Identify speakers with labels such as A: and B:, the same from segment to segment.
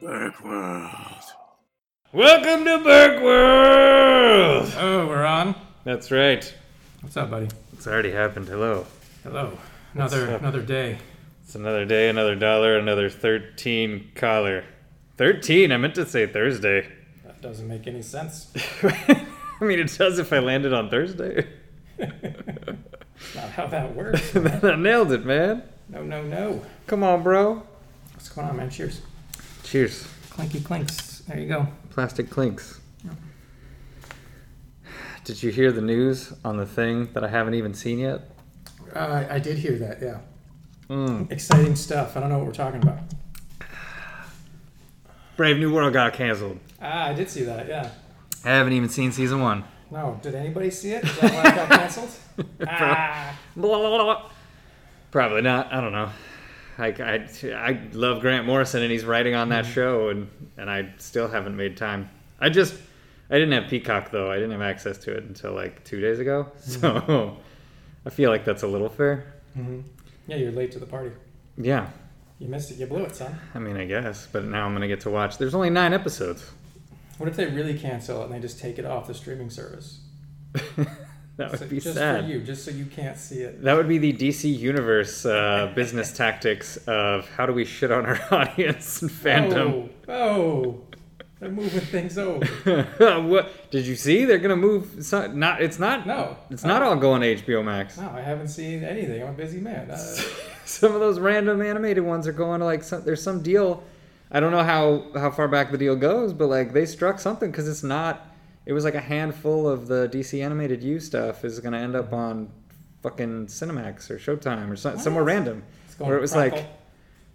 A: Berg World.
B: Welcome to Berg World.
C: Oh, we're on.
B: That's right.
C: What's up, buddy?
B: It's already happened. Hello.
C: Hello. Another
B: up?
C: another day.
B: It's another day, another dollar, another thirteen collar. Thirteen. I meant to say Thursday.
C: That doesn't make any sense.
B: I mean, it does if I landed on Thursday.
C: Not how that works.
B: Then I nailed it, man.
C: No, no, no.
B: Come on, bro.
C: What's going on, man? Cheers.
B: Cheers.
C: Clinky clinks. There you go.
B: Plastic clinks. Did you hear the news on the thing that I haven't even seen yet?
C: Uh, I did hear that. Yeah.
B: Hmm.
C: Exciting stuff. I don't know what we're talking about.
B: Brave New World got canceled.
C: Ah, I did see that. Yeah.
B: I haven't even seen season one.
C: No, did anybody see it? Is that why it got canceled? ah.
B: Blah, blah, blah, blah. Probably not. I don't know. I, I, I love Grant Morrison and he's writing on that show and, and I still haven't made time. I just I didn't have Peacock though. I didn't have access to it until like two days ago. So I feel like that's a little fair.
C: Yeah, you're late to the party.
B: Yeah.
C: You missed it. You blew it, son.
B: I mean I guess. But now I'm gonna get to watch there's only nine episodes.
C: What if they really cancel it and they just take it off the streaming service?
B: That would
C: So-
B: be
C: just
B: sad.
C: for you, just so you can't see it.
B: That would be the DC Universe uh, business tactics of how do we shit on our audience and fandom.
C: Oh, oh, they're moving things over.
B: what did you see? They're gonna move. Some, not it's not.
C: Oh. No.
B: it's not all going to HBO Max.
C: No, I haven't seen anything. I'm a busy man. Uh,
B: Some of those random animated ones are going to like. Some, there's some deal. I don't know how how far back the deal goes, but like they struck something because it's not. It was like a handful of the DC animated U stuff is gonna end up on fucking Cinemax or Showtime or some, somewhere random.
C: it's
B: Where it was like, it
C: Crackle,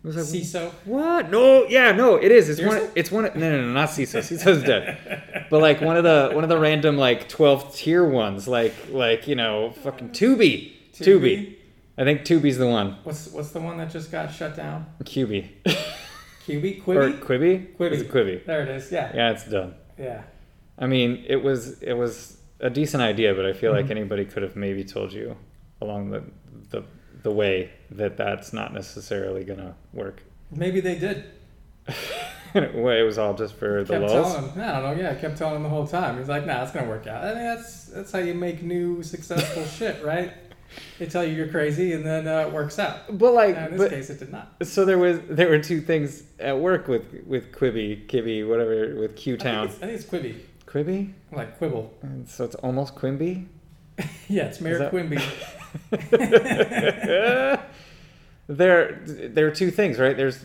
B: was like
C: CISO.
B: What? No, yeah, no, it is. It's one.
C: Seriously?
B: It's one. No, no, no, not CISO. CISO's dead. But like one of the one of the random like twelfth tier ones, like like you know fucking Tubi, Tubi.
C: Tubi?
B: I think Tubi's the one.
C: What's what's the one that just got shut down?
B: Quibi
C: Kiwi,
B: or
C: Quibi.
B: Quibi?
C: Quibi.
B: It's a Quibi.
C: There it is. Yeah,
B: Yeah, it's done.
C: yeah.
B: I mean, it was it was a decent idea, but I feel
C: Mm-hmm.
B: like anybody could have maybe told you along the the the way that that's not necessarily gonna work.
C: Maybe they did.
B: In a way, it was all just for the
C: kept
B: lulz.
C: telling him. I don't know. Yeah, I kept telling him the whole time. He's like, Nah, it's gonna work out. I mean, that's that's how you make new successful shit, right? They tell you you're crazy, and then uh, it works out.
B: But like,
C: Now, in this
B: but,
C: case, it did not.
B: So there was there were two things at work with with Quibi, Kibby, whatever with Q
C: I think
B: Town.
C: it's, I think it's Quibi,
B: Quibi,
C: like quibble.
B: and so it's almost Quimby.
C: Yeah, it's Mayor
B: Is that-
C: Quimby.
B: there there are two things, right? There's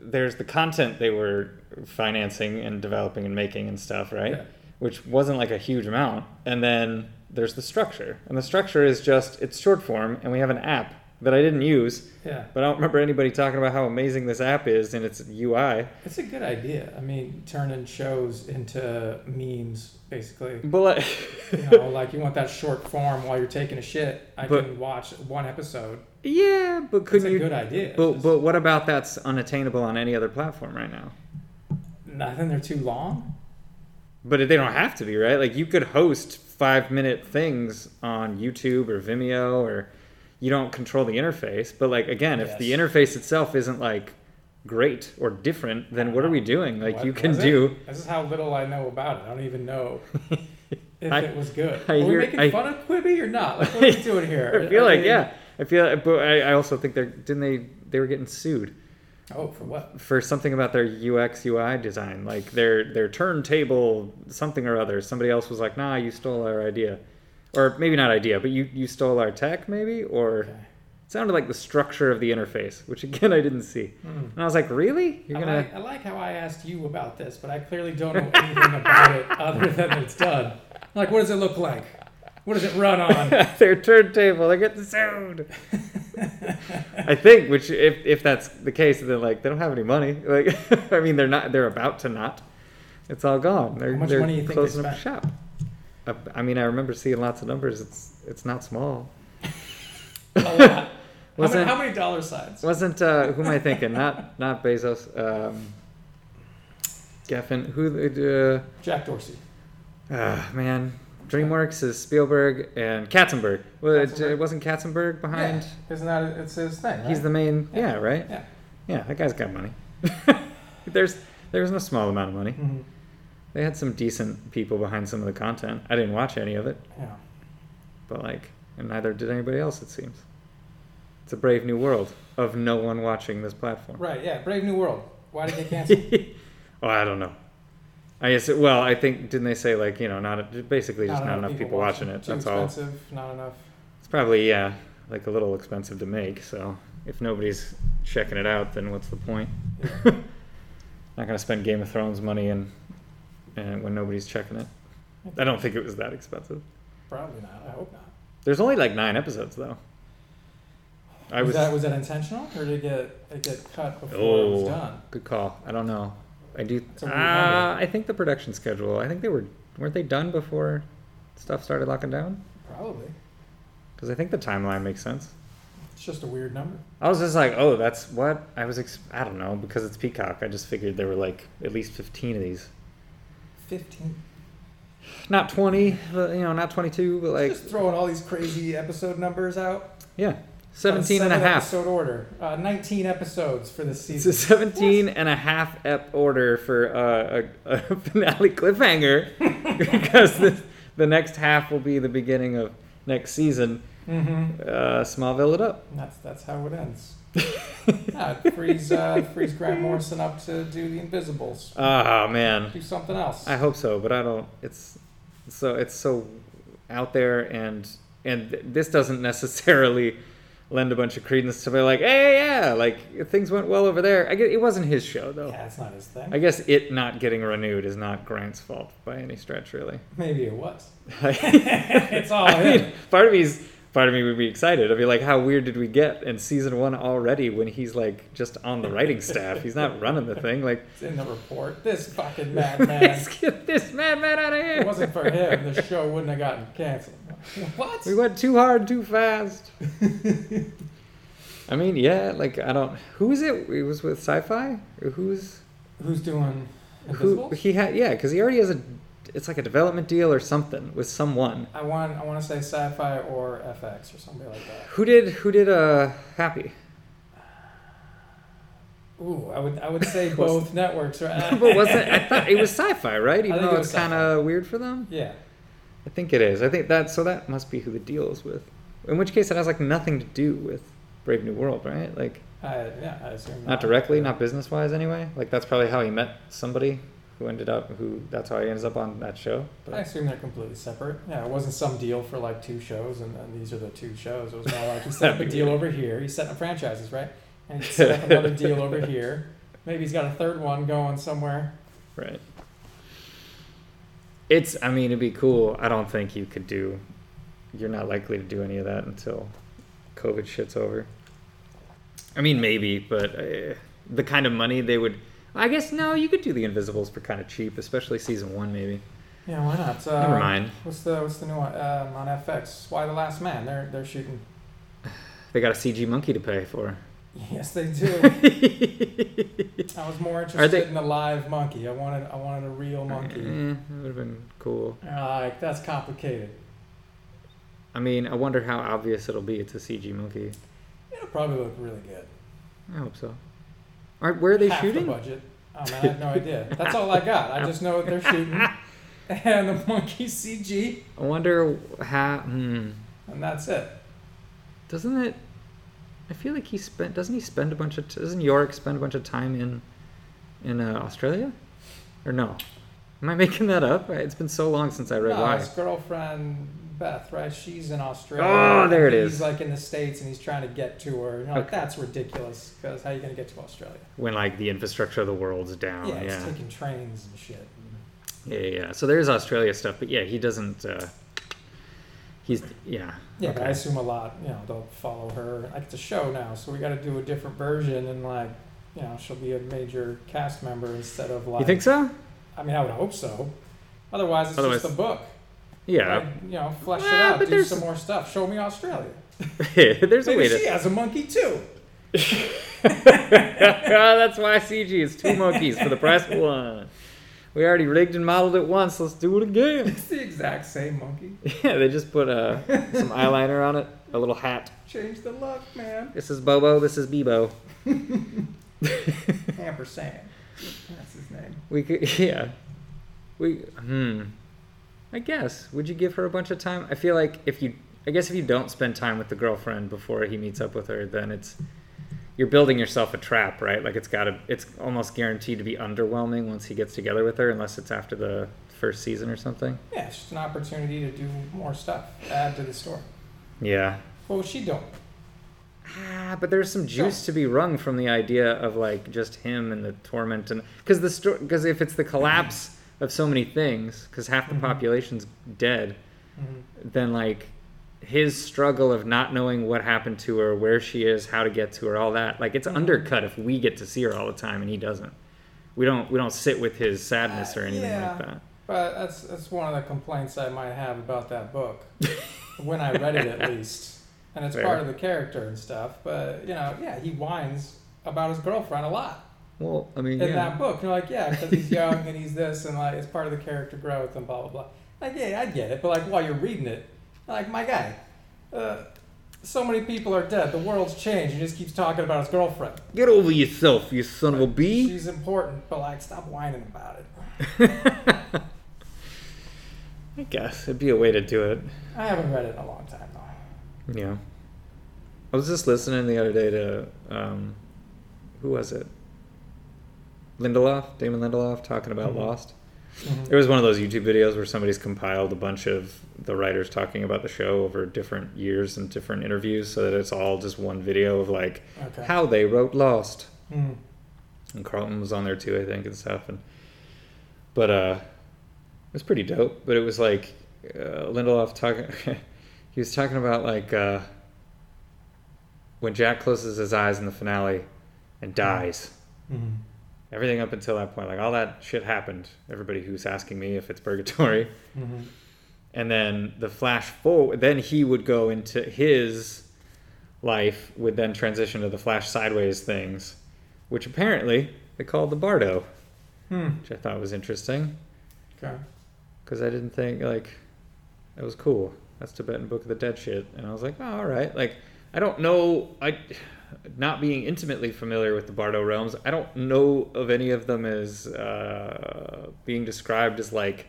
B: there's the content they were financing and developing and making and stuff, right?
C: Yeah.
B: Which wasn't like a huge amount. And then there's the structure, and the structure is just it's short form, and we have an app that I didn't use.
C: Yeah.
B: But I don't remember anybody talking about how amazing this app is and its UI.
C: It's a good idea. I mean, turning shows into memes, basically.
B: But like,
C: You know, like you want that short form while you're taking a shit. I
B: But-
C: can watch one episode.
B: Yeah, but could
C: It's a
B: you?
C: good idea.
B: But
C: It's
B: but what about that's unattainable on any other platform right now?
C: just- I think they're too long.
B: But they don't have to be, right? Like you could host five minute things on YouTube or Vimeo, or you don't control the interface. But like again, if the
C: Yes.
B: interface itself isn't like great or different, then what are we doing? Like
C: What
B: you can
C: was it?
B: do.
C: This is how little I know about it. I don't even know if
B: I-
C: it was good.
B: I
C: Are we
B: hear-
C: making
B: I-
C: fun of Quibi or not? Like, what are we doing here?
B: I feel like
C: mean-
B: yeah. I feel, but I, I also think they're didn't they they were getting sued.
C: Oh, for what?
B: for something about their UX UI design, like their their turntable something or other. Somebody else was like, "Nah, you stole our idea," or maybe not idea, but you you stole our tech, maybe, or
C: Okay.
B: it sounded like the structure of the interface, which again I didn't see, and I was like, "Really? You're
C: Hmm. I,
B: gonna?"
C: like, I like how I asked you about this, but I clearly don't know anything about it other than it's done. Like, what does it look like? What does it run on?
B: their turntable, they're getting sued. I think, which if if that's the case, then like they don't have any money. Like, I mean, they're not. They're about to not. It's all gone. They're,
C: How much
B: they're
C: money you think they
B: closing up
C: spent?
B: shop. I, I mean, I remember seeing lots of numbers. It's it's not small.
C: A lot. How
B: Wasn't-
C: many, how many dollar signs?
B: Wasn't uh, who am I thinking? not not Bezos. Um, Geffen. Who? the- Uh,
C: Jack Dorsey.
B: ah, man, DreamWorks is Spielberg and Katzenberg. Well, it-
C: Katzenberg.
B: It wasn't Katzenberg behind.
C: Yeah. Isn't that it's his thing? Right?
B: He's the main. Yeah, right.
C: yeah.
B: Yeah, that guy's got money. There's there was no small amount of money.
C: Mhm.
B: They had some decent people behind some of the content. I didn't watch any of it,
C: yeah.
B: but like, and neither did anybody else. It seems. It's a brave new world of no one watching this platform.
C: Right. Yeah. Brave New World. Why did they cancel?
B: oh, I don't know. I guess. It, well, I think didn't they say like you know not basically just not, enough people, watching it.
C: Too
B: That's all.
C: expensive. Not enough.
B: It's probably yeah, like a little expensive to make. So if nobody's checking it out, then what's the point? Not gonna spend Game of Thrones money and and when nobody's checking it. I don't think it was that expensive.
C: Probably not. I hope not.
B: There's only like nine episodes though. I
C: was,
B: was,
C: that was that intentional or did it get it get cut before it was
B: Oh.
C: done?
B: good call. I don't know. I do.
C: It's a weird
B: Uh, I think the production schedule. I think they were weren't they done before stuff started locking down?
C: Probably.
B: Because I think the timeline makes sense.
C: It's just a weird number.
B: I was just like, oh, that's what I was. Ex- I don't know because it's Peacock. I just figured there were like at least fifteen of these,
C: Fifteen.
B: not twenty, but you know, not twenty-two, but like
C: just throwing all these crazy episode numbers out.
B: yeah, 17
C: On
B: and a
C: seven
B: half.
C: Episode order. Uh, Nineteen episodes for this
B: It's a
C: season.
B: 17 and a half ep order for uh, a, a finale cliffhanger because the, the next half will be the beginning of next season.
C: mm-hmm.
B: Uh, Smallville it up.
C: That's that's how it ends. yeah, it frees uh, frees Grant Morrison up to do the Invisibles.
B: Oh man,
C: Do something else.
B: I hope so, but I don't. It's so it's so out there, and and th- this doesn't necessarily lend a bunch of credence to be like, hey, yeah, like things went well over there. I get it wasn't his show though.
C: yeah, it's not his thing.
B: I guess it not getting renewed is not Grant's fault by any stretch, really.
C: Maybe it was.
B: it's
C: all
B: I
C: him.
B: mean, part of me's part of me would be excited. I'd be like, how weird did we get in season one already when he's like just on the writing staff? He's not running the thing. Like
C: It's in the report. This fucking madman.
B: let's get this madman out of
C: if it
B: here.
C: wasn't for him, the show wouldn't have gotten canceled. What?
B: We went too hard, too fast. I mean, yeah, like I don't. Who is it? It was with Sci-Fi. Or Who's
C: Who's doing
B: who?
C: Invisibles?
B: He had yeah, because he already has a. It's like a development deal or something with someone.
C: I want I want to say sci-fi or FX or somebody like that.
B: Who did who did uh Happy?
C: Ooh, I would I would say
B: Was-
C: both networks. uh, Right?
B: but wasn't I thought it was sci-fi, right?
C: I
B: Even
C: think
B: though
C: it
B: it's
C: was
B: kind of weird for them.
C: yeah.
B: I think it is. I think that so that must be who the deal is with. In which case, it has like nothing to do with Brave New World, right? Like
C: I, yeah, I assume
B: not directly, not business-wise, anyway. Like that's probably how he met somebody who ended up who. That's how he ends up on that show.
C: I
B: But
C: assume they're completely separate. Yeah, it wasn't some deal for like two shows, and, and these are the two shows. It was more like he set up a
B: That'd be
C: deal over here. He's setting up franchises, right? And he set up another deal over here. Maybe he's got a third one going somewhere.
B: right. It's. I mean, it'd be cool. I don't think you could do. You're not likely to do any of that until COVID shit's over. I mean, maybe, but uh, the kind of money they would. I guess no, you could do the Invisibles for kind of cheap, especially season one, maybe.
C: Yeah, why not? Uh,
B: Never mind.
C: What's the what's the new one um, on FX? Why the Last Man? They're they're shooting.
B: They got a CG monkey to pay for.
C: Yes, they do. I was more interested
B: they-
C: in the live monkey. I wanted I wanted a real monkey.
B: Eh, that would have been cool.
C: Like that's complicated.
B: I mean, I wonder how obvious it'll be it's a CG monkey.
C: It'll probably look really good.
B: I hope so. All right, where are they
C: Half
B: shooting?
C: The budget. Oh, man, I have no idea. That's all I got. I just know what they're shooting. And the monkey CG,
B: I wonder how. Hmm,
C: and that's it.
B: doesn't it? I feel like he spent. Doesn't he spend a bunch of? T- doesn't Yorick spend a bunch of time in, in uh, Australia, or no? Am I making that up? I- It's been so long since I read
C: no,
B: why.
C: his girlfriend Beth, right? She's in Australia.
B: Oh, there it
C: he's
B: is.
C: like in the states, and he's trying to get to her. And you're like,
B: Okay.
C: that's ridiculous. Because how are you going to get to Australia?
B: When like the infrastructure of the world's down.
C: yeah,
B: Yeah.
C: it's
B: Oh, Yeah.
C: taking trains and shit.
B: yeah. yeah. So there's Australia stuff, but yeah, he doesn't. Uh, he's yeah.
C: Yeah, but I
B: Okay.
C: assume a lot, you know, they'll follow her. Like it's a show now, so we got to do a different version, and like, you know, she'll be a major cast member instead of like.
B: You think so?
C: I mean, I would hope so. Otherwise, it's
B: Otherwise-
C: just a book.
B: Yeah.
C: Like, you know, flesh it
B: Well,
C: out,
B: but
C: do
B: there's-
C: some more stuff. Show me Australia.
B: there's a
C: Maybe
B: way
C: she
B: to.
C: has a monkey too.
B: That's why CG is two monkeys for the price of one. We already rigged and modeled it once. Let's do it again.
C: It's the exact same monkey.
B: Yeah, they just put uh, some eyeliner on it, a little hat.
C: Change the look, man.
B: This is Bobo. This is Bebo.
C: Ampersand. That's his name.
B: We could, yeah. We, hmm. I guess. Would you give her a bunch of time? I feel like if you, I guess if you don't spend time with the girlfriend before he meets up with her, then it's, you're building yourself a trap, right? Like it's got to, it's almost guaranteed to be underwhelming once he gets together with her, unless it's after the first season or something.
C: Yeah, it's just an opportunity to do more stuff, add to the story.
B: Yeah.
C: What was she doing?
B: Ah, but there's some juice to be wrung from the idea of like just him and the torment and because the story because if it's the collapse of so many things because half the
C: Mhm.
B: population's dead
C: Mhm.
B: then like his struggle of not knowing what happened to her where she is how to get to her all that like
C: Mm-hmm.
B: it's undercut if we get to see her all the time and he doesn't we don't we don't sit with his sadness or
C: Uh,
B: anything
C: yeah.
B: like that
C: But that's that's one of the complaints I might have about that book. when I read it, at least, and it's
B: Fair.
C: part of the character and stuff. But you know, yeah, he whines about his girlfriend a lot
B: well i mean
C: in
B: yeah
C: that book. You're like, yeah, because he's young and he's this, and like it's part of the character growth and blah blah blah. Like, yeah, I get it, but like while you're reading it, like my guy, uh, so many people are dead. The world's changed. He just keeps talking about his girlfriend.
B: get over yourself you son of a bee
C: She's important, but like, stop whining about it.
B: I guess it'd be a way to do it.
C: I haven't read it in a long time though.
B: Yeah. I was just listening the other day to um, who was it? Lindelof, Damon Lindelof, talking about
C: Mhm.
B: Lost.
C: Mm-hmm.
B: It was one of those YouTube videos where somebody's compiled a bunch of the writers talking about the show over different years and different interviews, so that it's all just one video of like
C: Okay.
B: how they wrote Lost.
C: Mm.
B: and Carlton was on there too, I think, and stuff. And but uh, it was pretty dope. But it was like uh, Lindelof talking. he was talking about like uh, when Jack closes his eyes in the finale and dies.
C: Mm.
B: Everything up until that point, like all that shit happened. Everybody who's asking me if it's purgatory,
C: Mm-hmm.
B: and then the flash forward. Then he would go into his life would then transition to the flash sideways things, which apparently they called the Bardo
C: Hmm.
B: which I thought was interesting
C: Okay.
B: because I didn't think like that was cool. That's Tibetan Book of the Dead shit, and I was like, oh, all right. Like I don't know, I not being intimately familiar with the Bardo realms, I don't know of any of them as uh, being described as like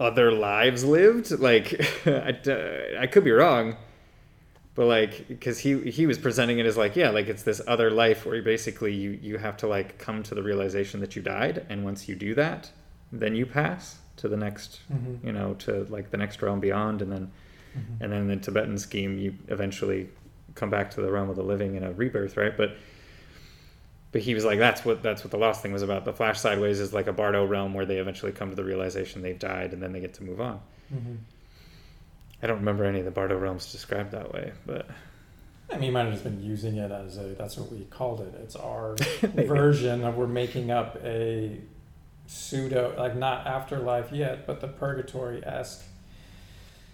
B: other lives lived. Like I, d- I could be wrong. But like, because he he was presenting it as like, yeah, like it's this other life where you basically you you have to like come to the realization that you died, and once you do that, then you pass to the next,
C: Mhm.
B: you know, to like the next realm beyond, and then
C: Mm-hmm.
B: and then the Tibetan scheme, you eventually come back to the realm of the living in a rebirth, right? But but he was like, that's what that's what the lost thing was about. The flash sideways is like a Bardo realm where they eventually come to the realization they've died, and then they get to move on.
C: Mm-hmm.
B: I don't remember any of the Bardo realms described that way, but.
C: I mean, you might have just been using it as a, that's what we called it. It's our version of we're making up a pseudo, like not afterlife yet, but the purgatory esque.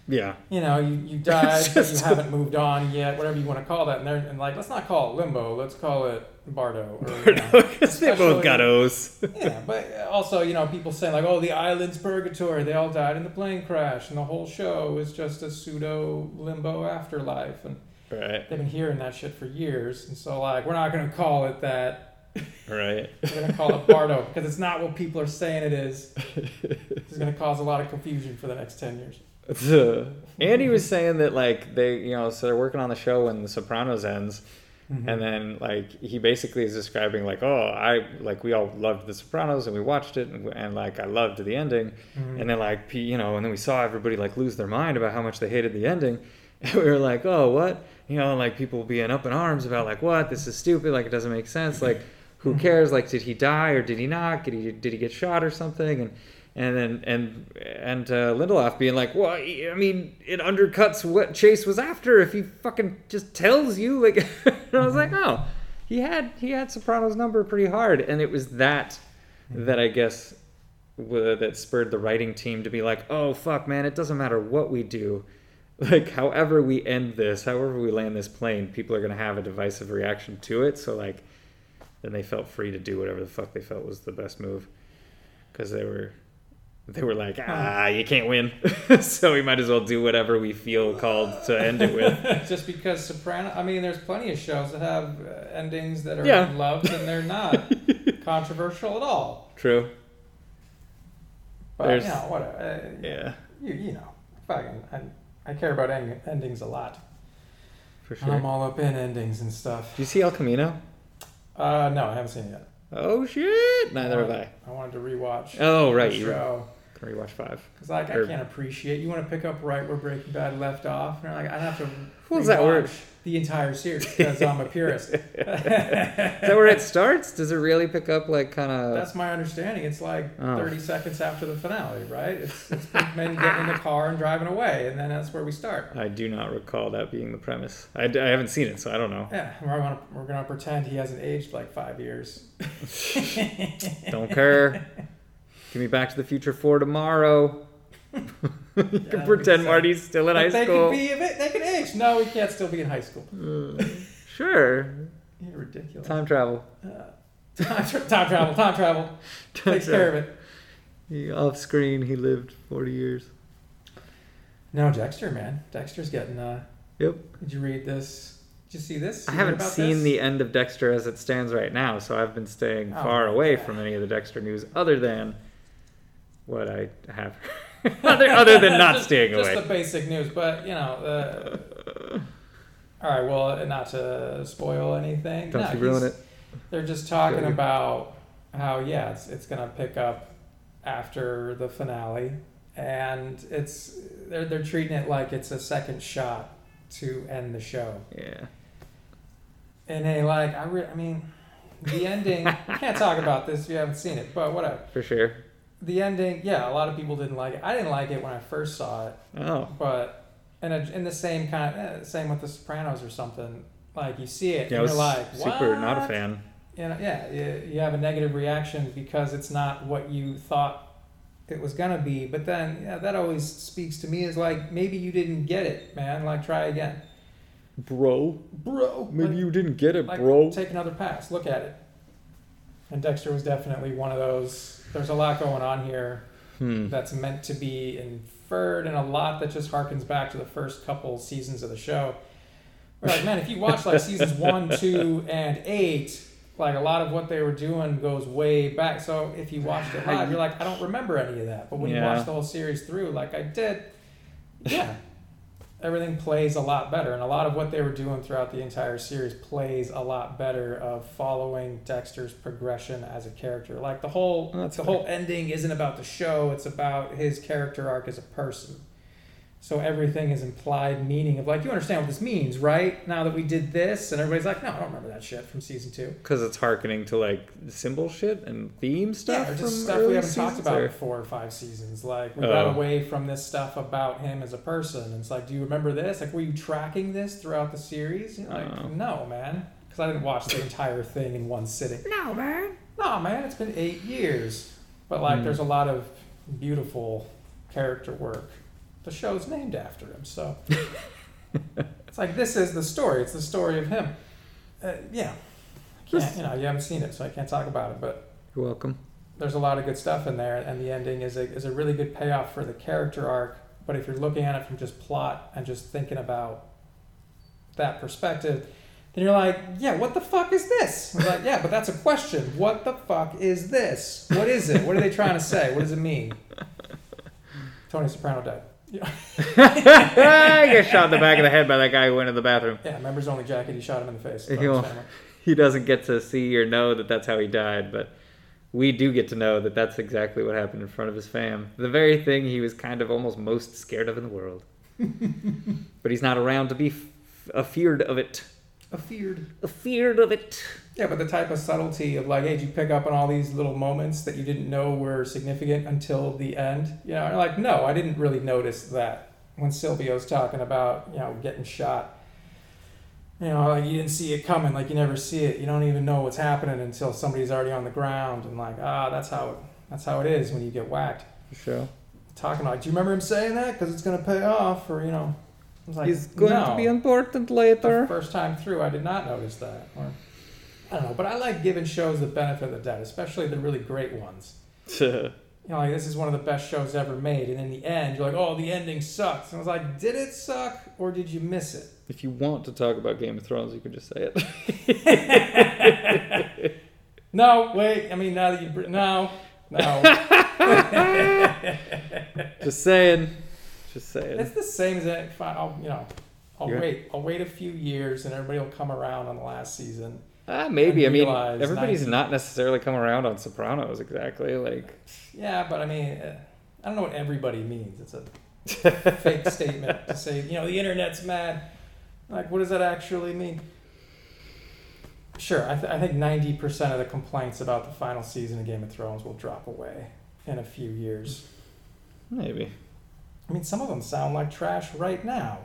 B: Yeah,
C: You know, you, you died, but you
B: Just-
C: haven't moved on yet, whatever you want to call that. And, they're, and like, let's not call it limbo, let's call it bardo. Or, you know.
B: because they both
C: Especially-
B: got O's.
C: yeah, but also, you know, people say, like, oh, the island's purgatory. They all died in the plane crash, and the whole show is just a pseudo limbo afterlife. And
B: Right,
C: they've been hearing that shit for years, and so like we're not gonna call it that.
B: right.
C: We're gonna call it Bardo because it's not what people are saying it is. It's gonna cause a lot of confusion for the next ten years.
B: Andy was saying that like they, you know, so they're working on the show when The Sopranos ends, and then like he basically is describing like, oh, I like we all loved The Sopranos and we watched it and, and like I loved the ending, and then like pe- you know, and then we saw everybody like lose their mind about how much they hated the ending, and we were like, oh, what? You know, like people being up in arms about like what this is stupid, like it doesn't make sense, like who cares? Like did he die or did he not? Did he did he get shot or something? And and then and and uh, Lindelof being like, well, I I mean, it undercuts what Chase was after if he fucking just tells you. Like, and I was like, oh, he had he had Soprano's number pretty hard, and it was that that I guess wa- that spurred the writing team to be like, oh fuck, man, it doesn't matter what we do. Like, however we end this, however we land this plane, people are gonna have a divisive reaction to it. So like, then they felt free to do whatever the fuck they felt was the best move. because they were they were like, ah, you can't win, so we might as well do whatever we feel called to end it with.
C: Just because Soprano, I mean, there's plenty of shows that have uh, endings that are
B: Yeah.
C: loved and they're not controversial at all.
B: True.
C: But
B: There's-
C: you know, whatever. Uh,
B: Yeah,
C: You you know, fucking, I, I care about en- endings a lot.
B: for
C: And
B: sure.
C: I'm
B: Do
C: all up in endings and stuff.
B: you see El Camino?
C: Uh, no, I haven't seen it yet.
B: Oh shit! Neither have I.
C: wanted- I wanted to rewatch.
B: Oh right,
C: the
B: you can
C: show.
B: rewatch five.
C: Because like I
B: Or-
C: can't appreciate. You want to pick up right where Breaking Bad left off, and like I have to.
B: What was that word?
C: rewatch The entire series because I'm a purist.
B: Is that where it starts? Does it really pick up like kind of?
C: That's my understanding. It's like
B: Oh.
C: 30 seconds after the finale, right? It's, it's men getting in the car and driving away, and then that's where we start.
B: I do not recall that being the premise. I, d- I haven't seen it, so I don't know.
C: Yeah, we're gonna, we're gonna pretend he hasn't aged like five years.
B: Don't care. Give me Back to the Future Four tomorrow. you can
C: think
B: pretend
C: so.
B: Marty's still in
C: But
B: high
C: they
B: school.
C: could be a bit, they could age. No, he can't still be in high school.
B: Sure,
C: You're ridiculous.
B: time travel.
C: Uh, time, tra- time travel, time travel takes care of it.
B: He, off screen, he lived forty years.
C: No, Dexter, man, Dexter's getting. uh
B: Yep.
C: Did you read this? Did you see this?
B: I
C: You heard
B: haven't
C: about
B: seen
C: this?
B: the end of Dexter as it stands right now, so I've been staying
C: Oh,
B: far away
C: yeah.
B: from any of the Dexter news other than what I have. other, other than not
C: Just-
B: staying
C: just
B: away.
C: the basic news, but you know. Uh, all right, well, not to spoil anything.
B: Don't
C: no,
B: you ruin
C: he's-
B: it.
C: They're just talking
B: Yeah, you-
C: about how yeah, it's it's gonna pick up after the finale, and it's they're they're treating it like it's a second shot to end the show.
B: Yeah.
C: And they like I re- I mean, the ending. I can't talk about this if you haven't seen it, but whatever.
B: For sure.
C: The ending, yeah, a lot of people didn't like it. I didn't like it when I first saw it.
B: Oh.
C: but in a, in the same kind of eh, same with the Sopranos or something. Like you see it,
B: Yeah, I was
C: and you're like,
B: super not a
C: "What?"
B: fan.
C: You know, yeah, you, you have a negative reaction because it's not what you thought it was gonna be. But then, yeah, that always speaks to me as like maybe you didn't get it, man. Like try again,
B: Bro.
C: bro. like,
B: you didn't get it,
C: like, Take another pass. Look at it. And Dexter was definitely one of those. There's a lot going on here
B: Hmm.
C: that's meant to be inferred and a lot that just harkens back to the first couple seasons of the show. We're like, man, if you watch like seasons one, two, and eight, like a lot of what they were doing goes way back. So if you watched it live, you're like, I don't remember any of that. But when you
B: Yeah.
C: watch the whole series through, like I did, yeah, everything plays a lot better. And a lot of what they were doing throughout the entire series plays a lot better of following Dexter's progression as a character. Like the whole
B: Well, that's
C: the whole ending isn't about the show, it's about his character arc as a person. So everything is implied meaning of like you understand what this means, right? Now that we did this, and everybody's like, no, I don't remember that shit from season two.
B: Because it's harkening to like symbol shit and theme stuff.
C: Yeah, or
B: from
C: just stuff
B: early
C: we haven't talked
B: seasons,
C: about
B: or-
C: in four or five seasons. Like we got
B: Oh.
C: away from this stuff about him as a person. And it's like, do you remember this? Like, were you tracking this throughout the series? And you're like,
B: Oh.
C: no, man, because I didn't watch the entire thing in one sitting.
B: No, man.
C: No, man, it's been eight years. But like,
B: Hmm.
C: there's a lot of beautiful character work. The show's named after him, so it's like this is the story. It's the story of him. Uh, yeah, I can't, you know, you haven't seen it, so I can't talk about it, but
B: You're welcome.
C: there's a lot of good stuff in there, and the ending is a, is a really good payoff for the character arc. But if you're looking at it from just plot and just thinking about that perspective, then you're like, yeah, what the fuck is this? It's like, yeah, but that's a question. What the fuck is this? What is it? What are they trying to say? What does it mean? Tony Soprano died. Yeah,
B: I get shot in the back of the head by that guy who went in the bathroom.
C: yeah members only jacket. He shot him in the face.
B: He won't- he doesn't get to see or know that that's how he died, but we do get to know that that's exactly what happened in front of his fam. The very thing he was kind of almost most scared of in the world. but he's not around to be f- afeared of it.
C: Afeared.
B: Afeared of it.
C: Yeah, but the type of subtlety of like, hey, did you pick up on all these little moments that you didn't know were significant until the end? You know, and like, no, I didn't really notice that when Silvio's talking about, you know, getting shot. You know, like you didn't see it coming, like you never see it. You don't even know what's happening until somebody's already on the ground and like, ah, that's how that's how it is when you get whacked.
B: Sure.
C: Talking like, do you remember him saying that? Because it's gonna pay off, or you know, I was like,
B: he's going to
C: no.
B: be important
C: The
B: later.
C: first time through, I did not notice that. Or, I don't know, but I like giving shows the benefit of the doubt, especially the really great ones. you know, like this is one of the best shows ever made, and in the end, you're like, oh, the ending sucks. And I was like, did it suck or did you miss it?
B: If you want to talk about Game of Thrones, you could just say it.
C: No, wait. I mean, now that you br- no, no,
B: just saying. Just saying.
C: it's the same as if I, I'll, you know, I'll
B: Yeah.
C: wait. I'll wait a few years, and everybody will come around on the last season.
B: Ah, maybe. I mean,
C: Unrealized
B: everybody's
C: 90.
B: not necessarily come around on Sopranos exactly. Like,
C: Yeah, but I mean, uh, I don't know what everybody means. It's a fake statement to say, you know, the internet's mad. Like, what does that actually mean? Sure, I, th- I think 90% of the complaints about the final season of Game of Thrones will drop away in a few years.
B: maybe.
C: I mean, some of them sound like trash right now.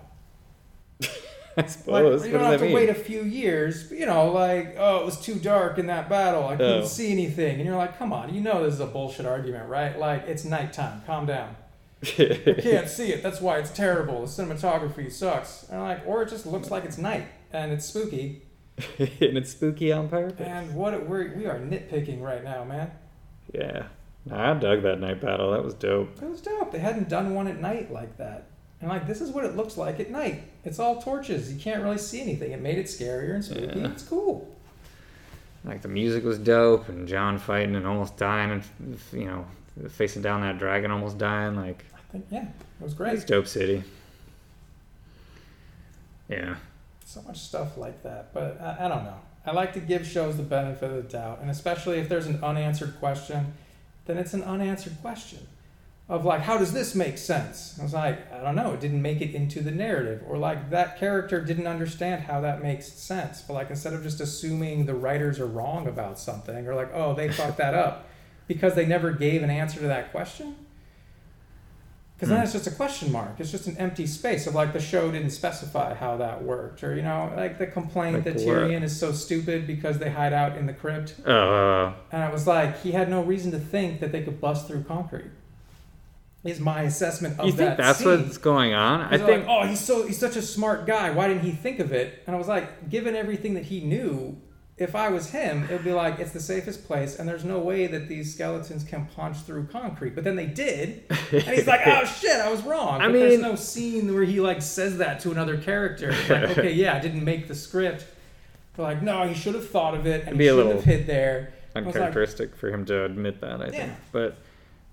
B: I
C: Like,
B: suppose.
C: you
B: what does
C: don't have
B: that
C: to
B: mean?
C: wait a few years, but, you know, like, oh, it was too dark in that battle. I couldn't
B: Oh.
C: see anything. And you're like, come on, you know this is a bullshit argument, right? Like, it's nighttime. Calm down. You can't see it. That's why it's terrible. The cinematography sucks. And I'm like, or it just looks like it's night and it's spooky.
B: and it's spooky on purpose.
C: And what we're, we are nitpicking right now, man.
B: Yeah. Nah, I dug that night battle. That was dope.
C: It was dope. They hadn't done one at night like that. And like, this is what it looks like at night. It's all torches. You can't really see anything. It made it scarier and spooky.
B: Yeah.
C: It's cool.
B: Like the music was dope, and John fighting and almost dying, and you know, facing down that dragon, almost dying. Like
C: I think, yeah, it was
B: it's
C: great.
B: dope city. Yeah.
C: So much stuff like that. But I, I don't know. I like to give shows the benefit of the doubt. And especially if there's an unanswered question, then it's an unanswered question of like, how does this make sense? I was like, I don't know. It didn't make it into the narrative. Or like, that character didn't understand how that makes sense. But like, instead of just assuming the writers are wrong about something or like, oh, they fucked that up because they never gave an answer to that question. Because then
B: Hmm.
C: it's just a question mark. It's just an empty space of like the show didn't specify how that worked, or you know, like the complaint
B: Like
C: that
B: what?
C: Tyrion is so stupid because they hide out in the crypt,
B: Oh, uh,
C: and I was like, he had no reason to think that they could bust through concrete. Is my assessment of
B: you think
C: that
B: that's
C: scene.
B: what's going on? I
C: Because they're
B: think.
C: like, oh, he's so he's such a smart guy. Why didn't he think of it? And I was like, given everything that he knew, if I was him, it would be like it's the safest place, and there's no way that these skeletons can punch through concrete. But then they did, and he's like, oh shit, I was wrong.
B: I
C: But there's
B: mean-
C: no scene where he like says that to another character. It's like, okay, yeah, I didn't make the script. They're like, no, he should have thought of it, and
B: Be
C: he
B: a
C: should
B: little
C: have hid there. I was like,
B: uncharacteristic for him to admit that. I think,
C: Yeah.
B: but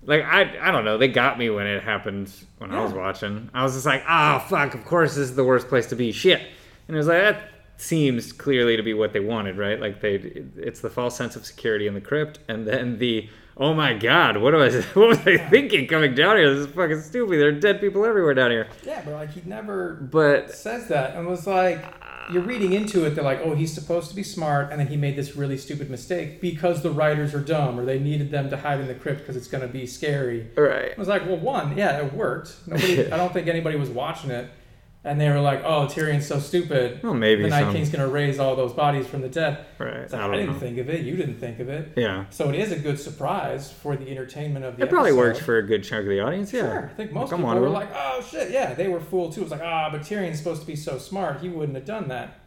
B: like I, I don't know. They got me when it happened when I was
C: Yeah.
B: watching. I was just like, oh fuck! Of course, this is the worst place to be. Shit! And it was like that seems clearly to be what they wanted, right? Like they, it's the false sense of security in the crypt, and then the oh my god, what was what was I thinking coming down here? This is fucking stupid. There are dead people everywhere down here.
C: yeah, but like he never
B: But
C: says that and was like, you're reading into it. They're like, oh, he's supposed to be smart, and then he made this really stupid mistake because the writers are dumb, or they needed them to hide in the crypt because it's going to be scary.
B: all right,
C: I was like, well, one, yeah, it worked. Nobody, I don't think anybody was watching it, and they were like, oh, Tyrion's so stupid.
B: well maybe
C: the Night
B: some,
C: King's going to raise all those bodies from the dead.
B: right?
C: It's like,
B: I
C: I,
B: don't
C: didn't
B: know.
C: think of it. You didn't think of it.
B: Yeah,
C: So it is a good surprise for the entertainment of the.
B: it probably
C: episode.
B: worked for a good chunk of the audience. Yeah,
C: Sure. I think most
B: Come
C: people
B: on,
C: were
B: Will.
C: like, oh shit, yeah, they were fooled too. It was like, ah, but Tyrion's supposed to be so smart, he wouldn't have done that.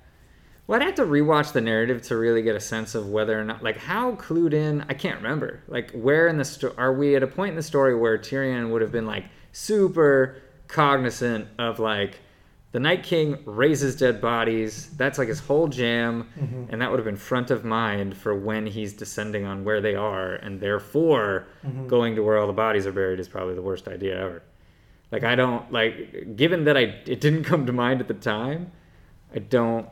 B: Well, I'd have to rewatch the narrative to really get a sense of whether or not, like, how clued in. I can't remember. Like, where in the story are we at a point in the story where Tyrion would have been like super cognizant of like the Night King raises dead bodies. That's like his whole jam, and that would have been front of mind for when he's descending on where they are, and therefore going to where all the bodies are buried is probably the worst idea ever. Like, I don't like, given that I it didn't come to mind at the time. I don't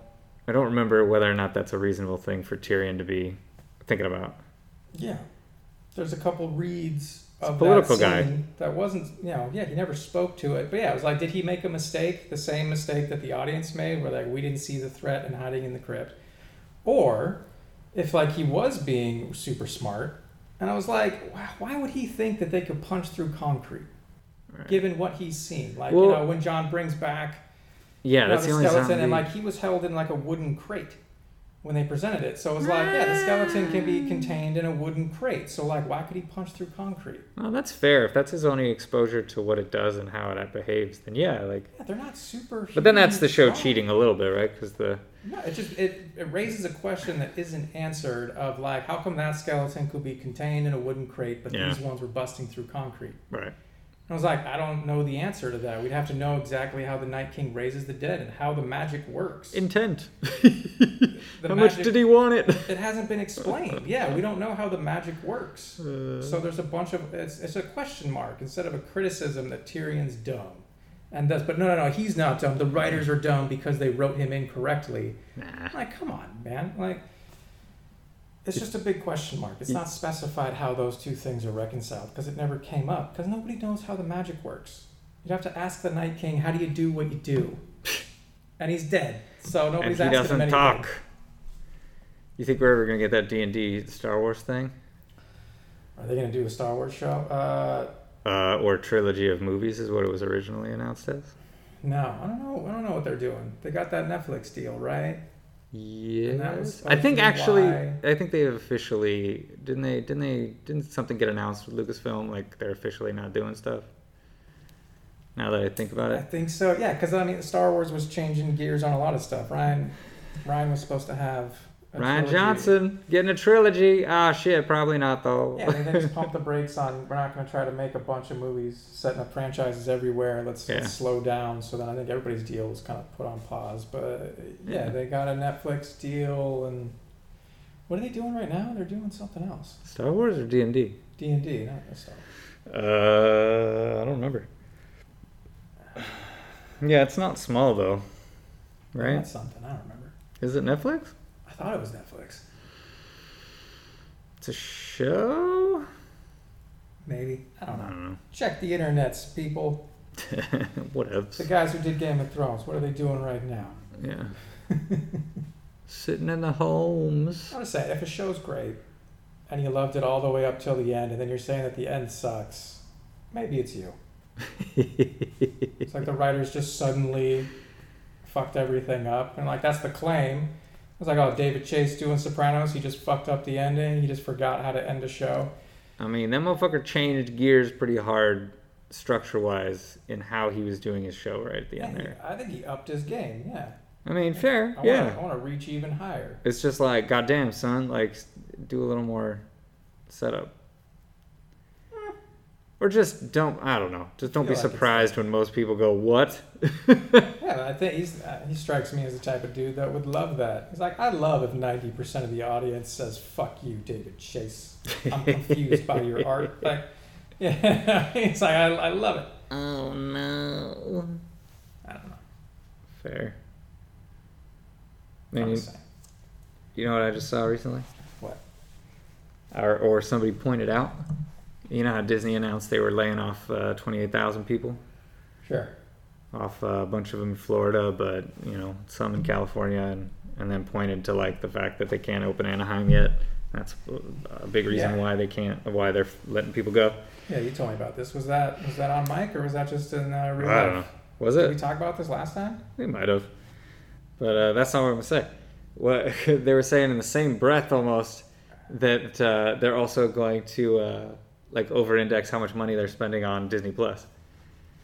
B: I don't remember whether or not that's a reasonable thing for Tyrion to be thinking about.
C: Yeah. There's a couple reads
B: a
C: of
B: political guy.
C: that scene that wasn't, you know, yeah, he never spoke to it. But yeah, it was like, did he make a mistake? The same mistake that the audience made, where like we didn't see the threat and hiding in the crypt, or if like he was being super smart, and I was like, wow, why would he think that they could punch through concrete,
B: Right.
C: given what he's seen? Like you
B: Well-
C: know, when John brings back
B: Yeah,
C: No,
B: that's
C: the
B: the only
C: skeleton,
B: zombie.
C: and like he was held in like a wooden crate. when they presented it. So it was like, yeah, the skeleton can be contained in a wooden crate. So like, why could he punch through concrete?
B: Well, Oh, that's fair. If that's his only exposure to what it does and how it behaves, then yeah, like.
C: Yeah, they're not super.
B: But then that's the show cheating a little bit, right? Because the
C: No, it just it, it raises a question that isn't answered of like, how come that skeleton could be contained in a wooden crate, but
B: Yeah.
C: these ones were busting through concrete?
B: right.
C: And I was like, I don't know the answer to that. We'd have to know exactly how the Night King raises the dead and how the magic works.
B: Intent.
C: The
B: How much
C: magic-
B: did he want it?
C: it hasn't been explained. Yeah, we don't know how the magic works.
B: Hmm.
C: so there's a bunch of it's, it's a question mark instead of a criticism that Tyrion's dumb, and thus, but no, no, no, he's not dumb. The writers are dumb because they wrote him incorrectly.
B: Nah.
C: Like, come on, man. Like, it's just a big question mark. It's not specified how those two things are reconciled because it never came up because nobody knows how the magic works. You'd have to ask the Night King, how do you do what you do? And he's dead, so
B: And
C: nobody's
B: he
C: asking him
B: doesn't
C: anything.
B: talk. You think we're ever gonna get that D and D Star Wars thing,
C: Are they gonna do a Star Wars show? Uh,
B: uh, or trilogy of movies? Is what it was originally announced as.
C: no, I don't know. I don't know what they're doing. They got that Netflix deal, right? that was
B: Yes. I
C: supposed
B: think
C: to be
B: actually
C: why-
B: I think they officially didn't they didn't they didn't something get announced with Lucasfilm like they're officially not doing stuff. Now that I think about
C: I
B: it.
C: think so. Yeah, because I mean, Star Wars was changing gears on a lot of stuff. Ryan, Ryan was supposed to have a
B: Ryan
C: trilogy.
B: Johnson getting a trilogy. Ah shit, probably not though.
C: Yeah, they they just pumped the brakes on. We're not going to try to make a bunch of movies, setting up franchises everywhere. Let's,
B: Yeah.
C: let's slow down. So then I think everybody's deal was kind of put on pause. But uh, yeah,
B: Yeah.
C: they got a Netflix deal, and what are they doing right now? They're doing something else.
B: Star Wars or D and D?
C: D and D, not Star Wars.
B: Uh I don't remember. Yeah, it's not small though. Right?
C: That's something I don't remember.
B: Is it Netflix?
C: I thought it was Netflix.
B: It's a show?
C: Maybe I
B: I
C: don't know.
B: don't
C: Check the internets, people.
B: know. Whatevs.
C: The guys who did Game of Thrones, what are they doing right now?
B: Yeah. Sitting in the homes.
C: I'm just saying, if a show's great and you loved it all the way up till the end, and then you're saying that the end sucks, maybe it's you. It's like the writers just suddenly fucked everything up, and like that's the claim. It's like, oh, David Chase doing Sopranos, he just fucked up the ending. He just forgot how to end a show.
B: I mean, that motherfucker changed gears pretty hard structure wise in how he was doing his show right at the end there.
C: I think he upped his game. Yeah,
B: I mean, fair.
C: I
B: yeah.
C: want to I want to reach even higher.
B: It's just like, goddamn, son, like, s- do a little more setup. Or just don't, I don't know. Just don't be
C: Feel like it's-
B: surprised when most people go, what?
C: Yeah, I think he's uh, he strikes me as the type of dude that would love that. He's like, I love if ninety percent of the audience says "fuck you, David Chase." I'm confused by your art. Like, yeah, he's like, I, I love it.
B: Oh, no.
C: I don't know.
B: Fair.
C: I'm
B: Man, you,
C: just saying.
B: you know what I just saw recently?
C: What?
B: or, or somebody pointed out. You know how Disney announced they were laying off uh, 28,000 people
C: Sure.
B: off uh, a bunch of them in Florida, but you know some in California, and, and then pointed to like the fact that they can't open Anaheim yet. That's a big reason
C: Yeah.
B: why they can't, why they're letting people go.
C: Yeah, you told me about this. Was that was that on mic or was that just in uh, real
B: I don't know.
C: life?
B: Was
C: Did we
B: it?
C: talk about this last time?
B: They might have, but uh, that's not what I'm gonna say. What they were saying in the same breath almost that uh, they're also going to uh, like over-index how much money they're spending on Disney Plus.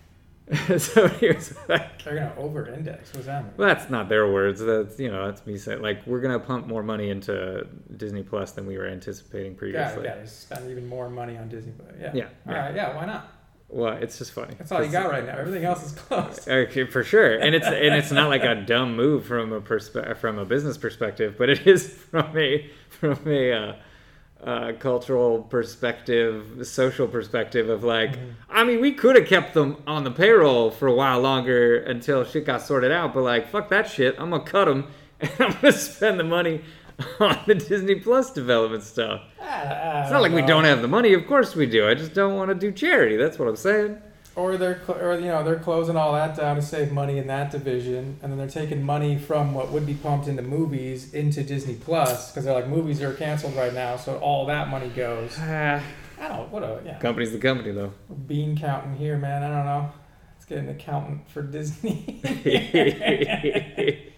B: so he was like,
C: They're gonna over-index. Was that?
B: Well, that's not their words. That's you know, that's me saying like we're gonna pump more money into Disney Plus than we were anticipating
C: Yeah,
B: previously.
C: yeah. Just spend even more money on Disney. But yeah.
B: Yeah,
C: All
B: yeah.
C: right. Yeah. Why not?
B: Well, it's just funny.
C: That's all you got right now. Everything else is closed.
B: Okay, for sure, and it's and it's not like a dumb move from a perspe- from a business perspective, but it is from a from a uh, uh, cultural perspective, social perspective of like, I mean, we could have kept them on the payroll for a while longer until shit got sorted out, but like, fuck that shit, I'm gonna cut them and I'm gonna spend the money on the Disney Plus development stuff. It's not like
C: Uh,
B: we don't have the money, of course we do. I just don't want to do charity. That's what I'm saying.
C: Or they're cl- or you know they're closing all that down to save money in that division, and then they're taking money from what would be pumped into movies into Disney Plus because they're like movies are canceled right now, so all that money goes.
B: Ah,
C: I don't what a yeah
B: company's the company though.
C: bean counting here, man. I don't know. Let's get an accountant for Disney.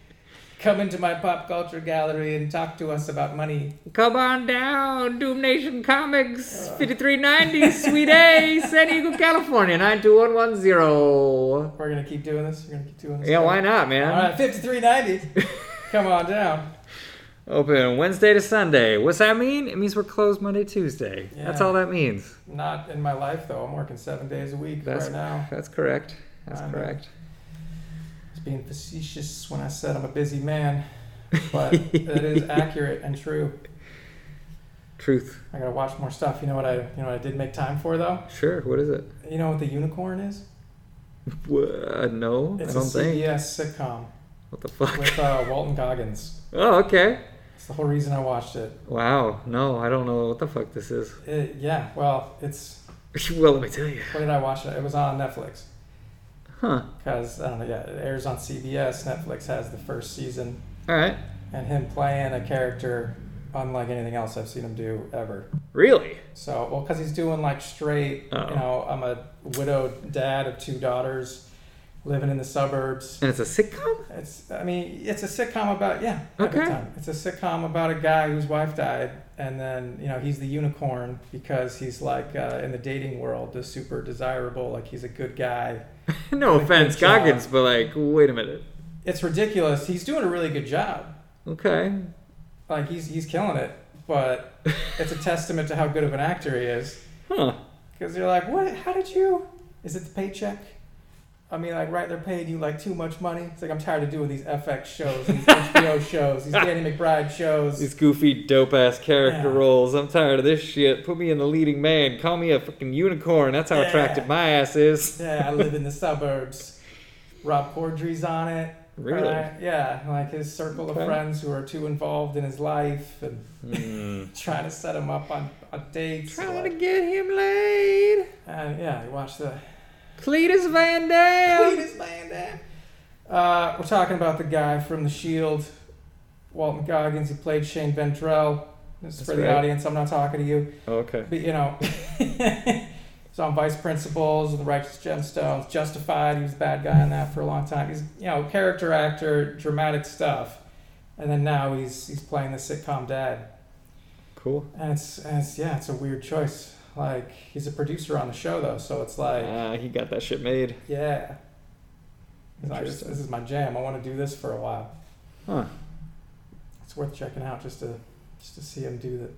C: come into my pop culture gallery and talk to us about money.
B: Come on down, Doom Nation Comics, 5390, Suite A, San Diego, California, 92110.
C: We're gonna keep doing this. We're gonna keep doing this.
B: Yeah, why not,
C: All
B: man?
C: right, fifty-three ninety. Come on down.
B: Open Wednesday to Sunday. What's that mean? It means we're closed Monday, Tuesday. That's
C: Yeah.
B: all that means.
C: Not in my life though. I'm working seven days a week
B: That's
C: right now.
B: That's correct. That's
C: I know.
B: correct.
C: I was being facetious when I said I'm a busy man, but it is accurate and true.
B: Truth.
C: I gotta watch more stuff. You know what I? You know what I did make time for though.
B: Sure. What is it?
C: You know what the unicorn is?
B: Uh, no,
C: It's
B: I
C: a
B: don't think.
C: CBS sitcom
B: What the fuck?
C: with uh, Walton Goggins.
B: Oh, okay.
C: It's the whole reason I watched it.
B: Wow. No, I don't know what the fuck this is.
C: it yeah, well, it's
B: well, let me tell you.
C: what did I watch it? It was on Netflix
B: Huh.
C: because I don't know. Yeah, it airs on CBS. Netflix has the first season,
B: All right.
C: and him playing a character unlike anything else I've seen him do ever.
B: Really?
C: So, well, because he's doing like straight,
B: Uh-oh.
C: you know, I'm a widowed dad of two daughters, living in the suburbs.
B: And it's a sitcom?
C: It's, I mean, it's a sitcom about yeah. have a good
B: Okay.
C: time. It's a sitcom about a guy whose wife died, and then you know he's the unicorn because he's like uh, in the dating world, the super desirable, like he's a good guy.
B: no
C: Like,
B: offense,
C: good job.
B: Goggins, but like, wait a minute.
C: It's ridiculous. He's doing a really good job.
B: Okay.
C: Like he's he's killing it, but it's a testament to how good of an actor he is.
B: Huh.
C: Because you're like, what? How did you? Is it the paycheck? I mean, like, right? They're paying you like too much money. It's like I'm tired of doing these FX shows, these HBO shows, these Danny McBride shows.
B: These goofy, dope ass character
C: Yeah.
B: roles. I'm tired of this shit. Put me in the leading man. Call me a fucking unicorn. That's how
C: Yeah.
B: attractive my ass is.
C: yeah, I live in the suburbs. Rob Corddry's on it.
B: Really?
C: Alright, Yeah, like his circle
B: Okay.
C: of friends who are too involved in his life and
B: Hmm.
C: trying to set him up on, on dates.
B: Trying to
C: like-
B: get him laid.
C: and yeah, you watch the
B: Cletus Van Dam.
C: Cletus Van Damme. Uh, we're talking about the guy from The Shield, Walton Goggins. He played Shane Ventrell. This is
B: That's
C: for the
B: right.
C: audience. I'm not talking to you.
B: Okay.
C: But, you know, he's on Vice Principals, The Righteous Gemstones, Justified. He was a bad guy on that for a long time. He's, you know, character actor, dramatic stuff. And then now he's he's playing the sitcom dad.
B: Cool.
C: And it's, and it's yeah, it's a weird choice. Like, he's a producer on the show, though, so it's like.
B: Ah, he got that shit made.
C: Yeah. He's like, this,
B: Interesting.
C: this is my jam. I want to do this for a while.
B: Huh.
C: It's worth checking out just to just to see him do that.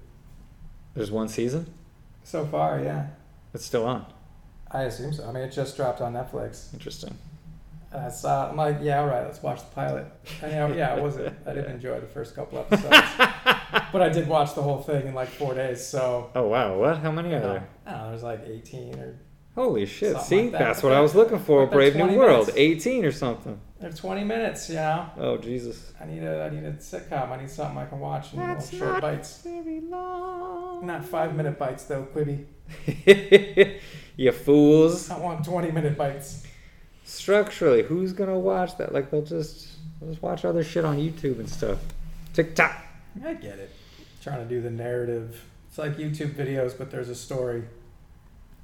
B: There's one season.
C: So far, yeah.
B: It's still on.
C: I assume so. I mean, it just dropped on Netflix.
B: Interesting.
C: And I saw. it. I'm like, yeah, all right, let's watch the pilot. And you know, yeah, I wasn't. I didn't enjoy the first couple episodes, but I did watch the whole thing in like four days. So
B: Oh wow. What? How many
C: you
B: are
C: know,
B: there?
C: I don't know. There's like 18 or
B: Holy shit.
C: Something
B: See,
C: like that.
B: that's what I was looking for.
C: But they're
B: Brave New
C: 20
B: World.
C: minutes.
B: 18 or something.
C: they're 20 minutes. You know,
B: Oh Jesus.
C: I need a I need a sitcom. I need something I can watch in little
B: That's
C: short
B: not-
C: bites.
B: Very long.
C: Not five minute bites though, Quibby.
B: you fools.
C: I want 20 minute bites.
B: Structurally, who's gonna watch that? Like they'll just they'll just watch other shit on YouTube and stuff. TikTok.
C: I get it. Trying to do the narrative. It's like YouTube videos, but there's a story.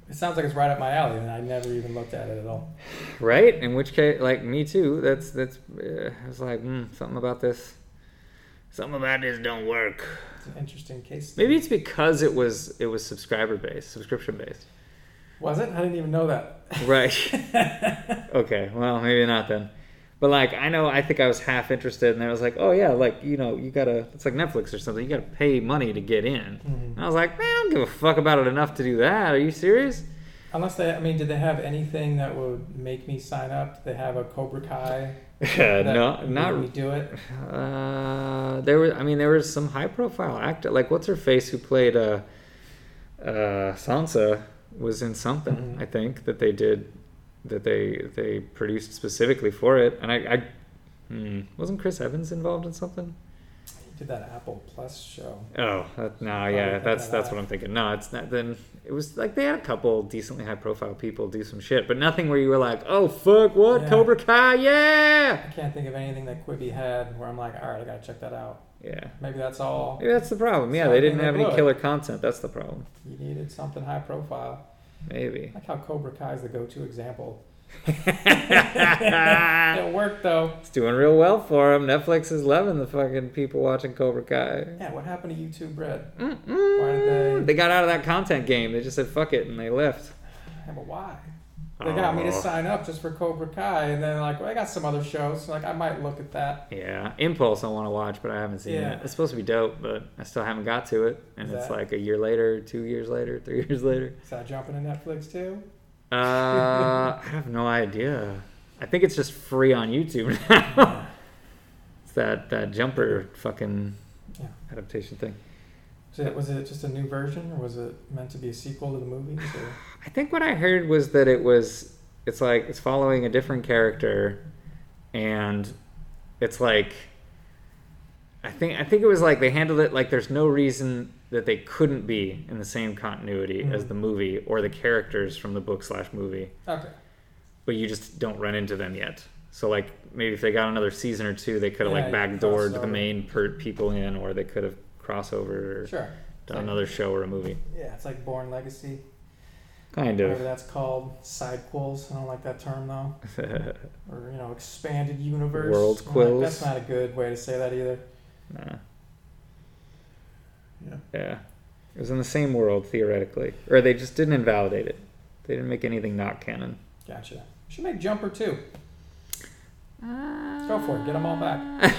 C: It sounds like it's right up my alley, and I never even looked at it at all.
B: Right? In which case, like me too. That's that's. Uh, I was like, mm, something about this. Something about this don't work.
C: It's an interesting case. study.
B: Maybe it's because it was it was subscriber based, subscription based.
C: Was it? I didn't even know that.
B: Right. okay. Well, maybe not then. But like, I know. I think I was half interested, and then I was like, oh yeah, like you know, you gotta. It's like Netflix or something. You gotta pay money to get in. And I was like, man, I don't give a fuck about it enough to do that. Are you serious?
C: Unless they, I mean, did they have anything that would make me sign up? Did they have a Cobra Kai? that
B: no,
C: would
B: not
C: make me do it.
B: Uh, there were, I mean, there was some high profile actor, like what's her face who played uh, uh, Sansa was in something,
C: Mhm.
B: I think that they did, that they they produced specifically for it, and I, I hmm, wasn't Chris Evans involved in something?
C: They Did that Apple Plus show?
B: Oh, that, no,
C: Probably
B: yeah,
C: cut
B: that's
C: that
B: that's
C: out.
B: what I'm thinking. No, it's not. Then it was like they had a couple decently high profile people do some shit, but nothing where you were like, oh fuck, what
C: Yeah.
B: Cobra Kai, yeah,
C: I can't think of anything that Quibi had where I'm like, all right, I gotta check that out.
B: yeah.
C: Maybe that's all.
B: Maybe that's the problem. Yeah,
C: So,
B: they
C: I mean,
B: didn't
C: they
B: have any
C: blew it.
B: killer content. That's the problem.
C: You needed something high profile.
B: Maybe.
C: I like how Cobra Kai is the go-to example.
B: it's
C: It worked though.
B: doing real well for him. Netflix is loving the fucking people watching Cobra Kai.
C: Yeah, what happened to YouTube Red?
B: Why
C: did they-
B: They got out of that content game. They just said fuck it and they left.
C: Yeah, but why? They got me to
B: Oh.
C: sign up just for Cobra Kai, and then like well, I got some other shows, so like I might look at that.
B: Yeah, Impulse I want to watch, but I haven't seen
C: Yeah.
B: it. It's supposed to be dope, but I still haven't got to it. And
C: Is
B: it's
C: that-
B: like a year later, two years later, three years later.
C: Is that jumping to Netflix too?
B: Uh, I have no idea. I think it's just free on YouTube now. it's that that jumper fucking
C: Yeah.
B: adaptation thing.
C: Was it, was it just a new version, or was it meant to be a sequel to the movies? Or?
B: I think what I heard was that it was it's like it's following a different character and it's like I think I think it was like they handled it like there's no reason that they couldn't be in the same continuity as
C: Mhm.
B: the movie or the characters from the book slash movie,
C: Okay.
B: but you just don't run into them yet. So like maybe if they got another season or two, they could have
C: Yeah,
B: like
C: you
B: backdoored the
C: crossover.
B: main per- people in, or they could have crossover or
C: Sure.
B: done another show or a movie.
C: Yeah, it's like Born Legacy,
B: Kind
C: whatever
B: of.
C: that's called. Sidequels. I don't like that term though. Or you know, expanded universe.
B: World
C: I'm like,
B: quills.
C: that's not a good way to say that either.
B: Nah.
C: Yeah.
B: Yeah. It was in the same world, theoretically. Or they just didn't invalidate it. They didn't make anything not canon.
C: Gotcha. Should make Jumper too. Go for it. Get them all back.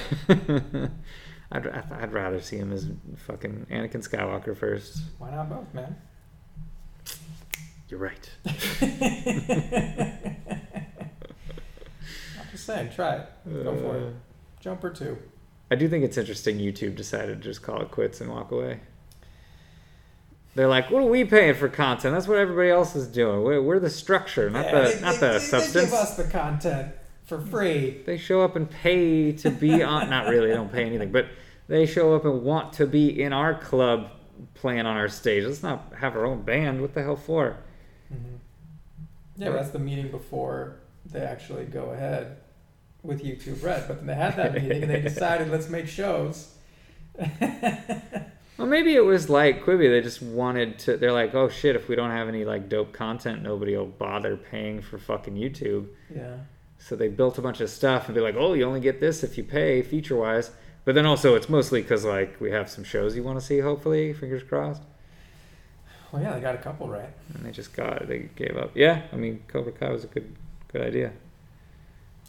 B: I'd, I'd I'd rather see him as fucking Anakin Skywalker first.
C: Why not both, man?
B: You're right.
C: I'm just saying, try it. Go for it. Jumper two.
B: I do think it's interesting YouTube decided to just call it quits and walk away. They're like, what are we paying for content? That's what everybody else is doing. We're, we're the structure, not the
C: they,
B: not
C: they-
B: the
C: they- They
B: substance.
C: give us the content for free.
B: they show up and pay to be on not really they don't pay anything but they show up and want to be in our club playing on our stage let's not have our own band what the hell for
C: Yeah, but that's the meeting before they actually go ahead with YouTube Red. But then they had that meeting and they decided let's make shows.
B: well maybe it was like quibi they just wanted to they're like oh shit if we don't have any like dope content nobody will bother paying for fucking youtube
C: Yeah.
B: so they built a bunch of stuff and be like oh you only get this if you pay feature wise but then also it's mostly because like we have some shows you want to see hopefully fingers crossed
C: Well, yeah, they got a couple right.
B: and they just got they gave up yeah i mean cobra kai was a good good idea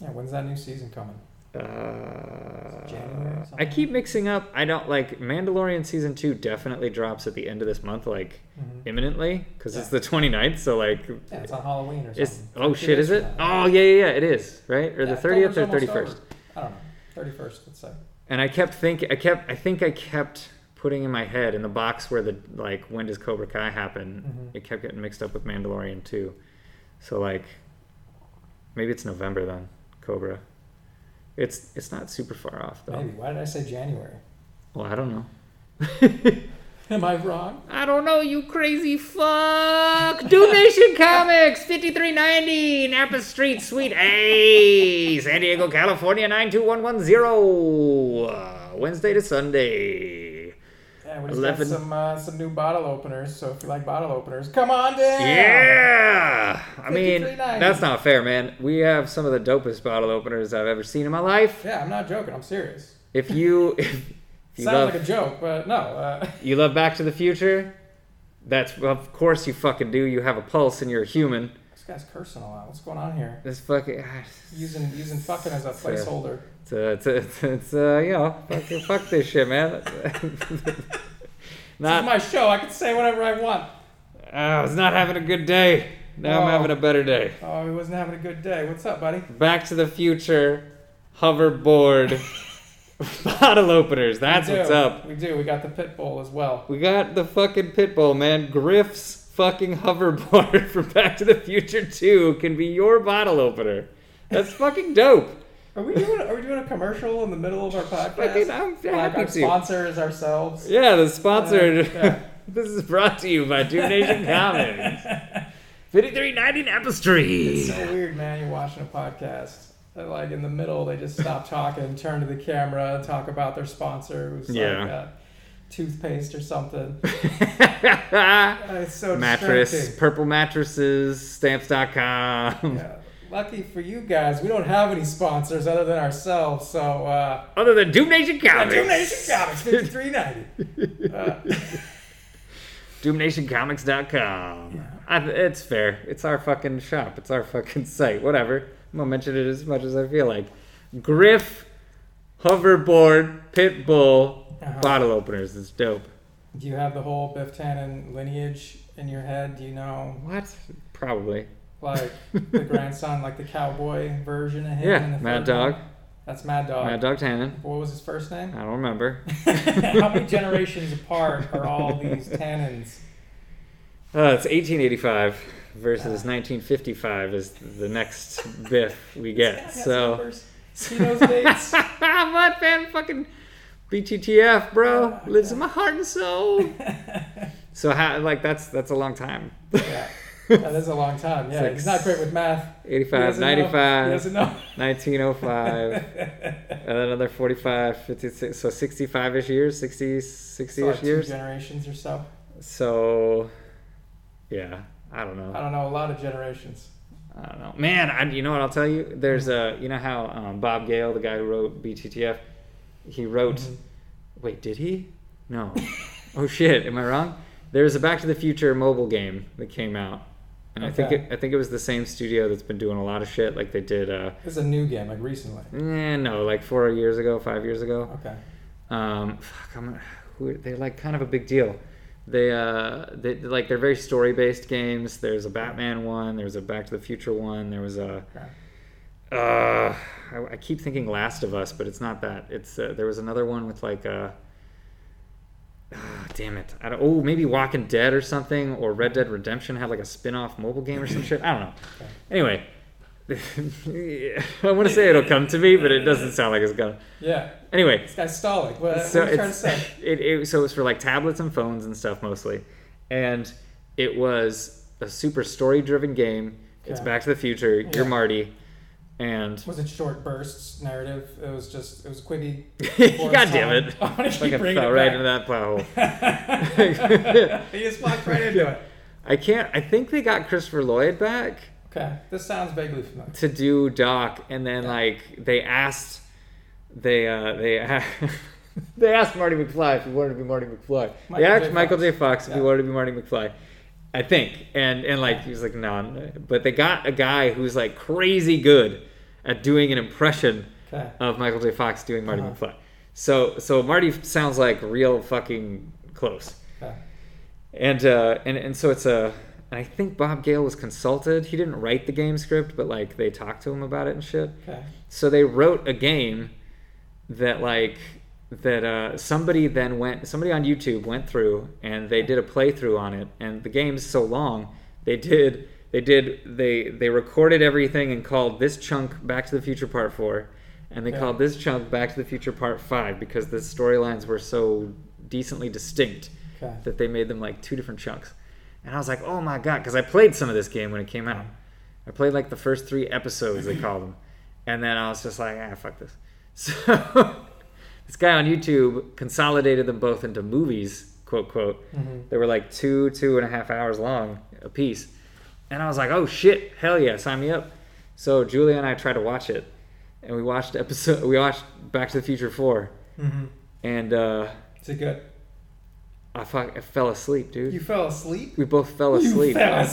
C: Yeah, when's that new season coming? January or
B: Uh, I
C: something?
B: keep mixing up. I don't like Mandalorian season two definitely drops at the end of this month, like
C: Mhm.
B: imminently, because it's
C: Yeah.
B: the 29th. So like,
C: Yeah, it's on Halloween or something.
B: it's oh
C: Two
B: shit,
C: days
B: is it?
C: from now.
B: Oh yeah, yeah, yeah, it is right or
C: Yeah,
B: the 30th or
C: October's almost
B: 31st.
C: over. I don't know. 31st, let's say.
B: And I kept thinking, I kept, I think I kept putting in my head in the box where the like when does Cobra Kai happen?
C: Mhm.
B: It kept getting mixed up with Mandalorian too. So like, maybe it's November then, Cobra. It's it's not super far off though.
C: Maybe. Why did I say January?
B: Well, I don't know.
C: Am I wrong?
B: I don't know, you crazy fuck. Doom Nation Comics, 5390, Napa Street, Suite A, San Diego, California, 92110. Uh, Wednesday to Sunday.
C: Yeah, we just
B: Eleven.
C: got some uh, some new bottle openers. So if you like bottle openers, come on down.
B: Yeah! I mean,
C: 5390.
B: that's not fair, man. We have some of the dopest bottle openers I've ever seen in my life.
C: Yeah, I'm not joking. I'm serious.
B: If you. If, you
C: Sounds
B: love,
C: like a joke, but no. Uh,
B: You love Back to the Future? That's of course you fucking do. You have a pulse and you're a human.
C: this guy's cursing a lot. What's going on here?
B: This fucking
C: Using using fucking as a
B: Fair.
C: placeholder.
B: it's uh, it's, it's, it's uh, you know fuck, fuck this shit, man.
C: This is
B: not
C: my show. I can say whatever I want.
B: oh, I was not having a good day. Now
C: Oh.
B: I'm having a better day.
C: Oh, he wasn't having a good day. What's up, buddy?
B: Back to the Future, hoverboard, bottle openers. That's
C: We do.
B: what's up.
C: We do. We got the pit bull as well.
B: We got the fucking pitbull man. Griff's fucking hoverboard from Back to the Future 2 can be your bottle opener. That's fucking dope.
C: Are we doing? Are we doing a commercial in the middle of our podcast?
B: Fucking, I'm
C: like
B: happy
C: our
B: to.
C: sponsor is ourselves.
B: Yeah, the sponsor.
C: Uh, yeah.
B: this is brought to you by Doom Nation Comics. 5390 Napa Street.
C: It's so weird, man. You're watching a podcast. And like in the middle, they just stop talking, turn to the camera, and talk about their sponsor, who's like
B: Yeah.
C: uh, toothpaste or something. Uh, It's so
B: Mattress,
C: distracting.
B: purple mattresses, stamps.com.
C: Yeah. Lucky for you guys, we don't have any sponsors other than ourselves. So uh,
B: Other than Doom Nation Comics.
C: Doom Nation Comics, fifty-three ninety.
B: DoomNationComics.com. I, Ah, it's fair. It's our fucking shop. It's our fucking site. Whatever. I'm gonna mention it as much as I feel like. Griff hoverboard pitbull
C: Uh-huh.
B: bottle openers. It's dope.
C: Do you have the whole Biff Tannen lineage in your head? Do you know
B: What? Probably.
C: like the grandson, like the cowboy version of him?
B: Yeah.
C: in the
B: Mad
C: third one?
B: Dog.
C: That's Mad Dog.
B: Mad Dog Uh, Tannen.
C: What was his first name?
B: I don't remember.
C: How many generations apart are all these tannins?
B: Uh, it's 1885 versus 1955 is the next Biff we get. So.
C: see those dates.
B: Mud fan fucking BTTF,
C: Oh,
B: bro. Lives in my heart and soul. so how like that's that's a long time.
C: Yeah, that is a long time. Yeah, he's not great with math. He
B: 85,
C: doesn't know- He
B: 95,
C: doesn't know.
B: 1905, and then another 45, 56, so 65-ish years, 60,
C: So,
B: 60-ish
C: like, two
B: years.
C: generations or so.
B: So, yeah, I don't
C: I
B: know.
C: don't know. A lot of generations.
B: I don't know. Man, I, you know what I'll tell you? There's a, you know how um, Bob Gale, the guy who wrote BTTF, he wrote
C: Mm-hmm.
B: Wait, did he? No. oh shit, am I wrong? There's a Back to the Future mobile game that came out. And I think
C: Okay.
B: it, I think it was the same studio that's been doing a lot of shit like they did uh
C: This is a new game, like recently.
B: eh, no, like 4 years ago, 5 years ago.
C: Okay.
B: Um fuck, I'm who they're like kind of a big deal. They uh they like they're very story-based games. There's a Batman one, there's a Back to the Future one, there was a
C: okay.
B: uh, I, I keep thinking Last of Us, but it's not that. It's uh, there was another one with like uh, ah, damn it, I don't, oh maybe Walking Dead or something, or Red Dead Redemption had like a spin-off mobile game or some shit. I don't know. Anyway, I want to say it'll come to me, but it doesn't sound like it's gonna.
C: Yeah.
B: Anyway,
C: This guy's stalling. What,
B: so
C: Uh, what are you trying to
B: it's
C: say?
B: it, it so it's for like tablets and phones and stuff mostly, and it was a super story-driven game. It's
C: Yeah.
B: Back to the Future. You're
C: Yeah.
B: Marty, and
C: Was it short bursts narrative? It was just. It was quickie.
B: God damn it.
C: I'm gonna keep
B: Fucking
C: bringing
B: fell
C: it
B: right
C: back.
B: into that plow hole.
C: he just walked right into it.
B: I can't. I think they got Christopher Lloyd back
C: Okay, this sounds vaguely familiar.
B: to do Doc, and then like they asked, they uh, they a- they asked Marty McFly if he wanted to be Marty McFly. they
C: Michael
B: asked
C: J.
B: Michael
C: Fox.
B: J. Fox if he
C: Yeah.
B: wanted to be Marty McFly. I think, and and like he was like no, but they got a guy who's like crazy good at doing an impression
C: Okay. Uh-huh.
B: of Michael J. Fox doing Marty McFly. So so Marty sounds like real fucking close.
C: okay.
B: and uh, and and so it's a. And I think Bob Gale was consulted. He didn't write the game script, but like they talked to him about it and shit.
C: Okay.
B: So they wrote a game that like that uh, somebody then went somebody on YouTube went through and they did a playthrough on it. And the game's so long they did they did they they recorded everything and called this chunk Back to the Future Part Four, and they
C: Yeah.
B: called this chunk Back to the Future Part Five because the storylines were so decently distinct
C: Okay.
B: that they made them like two different chunks. And I was like, oh my God, because I played some of this game when it came out. I played like the first three episodes, they called them. And then I was just like, ah, fuck this. So this guy on YouTube consolidated them both into movies, quote, quote. They were like two, two and a half hours long a piece. And I was like, oh shit, hell yeah, sign me up. So Julia and I tried to watch it. And we watched episode, we watched Back to the Future 4.
C: Mm-hmm.
B: And uh,
C: Is it good?
B: I, fuck, I fell asleep, dude.
C: You fell asleep?
B: We both fell
C: You
B: asleep.
C: fell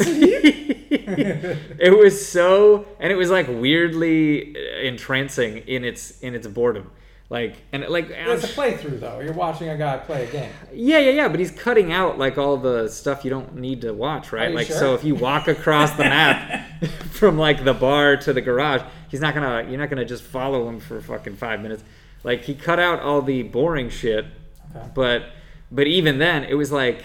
B: it was so, and it was like weirdly uh, entrancing in its in its boredom, like and it, like I'm
C: It's a
B: sh-
C: playthrough, though. You're watching a guy play a game.
B: yeah yeah yeah. But he's cutting out like all the stuff you don't need to watch, right?
C: Are you
B: like
C: sure?
B: so, if you walk across the map from like the bar to the garage, he's not gonna you're not gonna just follow him for fucking five minutes. Like he cut out all the boring shit
C: Okay.
B: but but even then it was like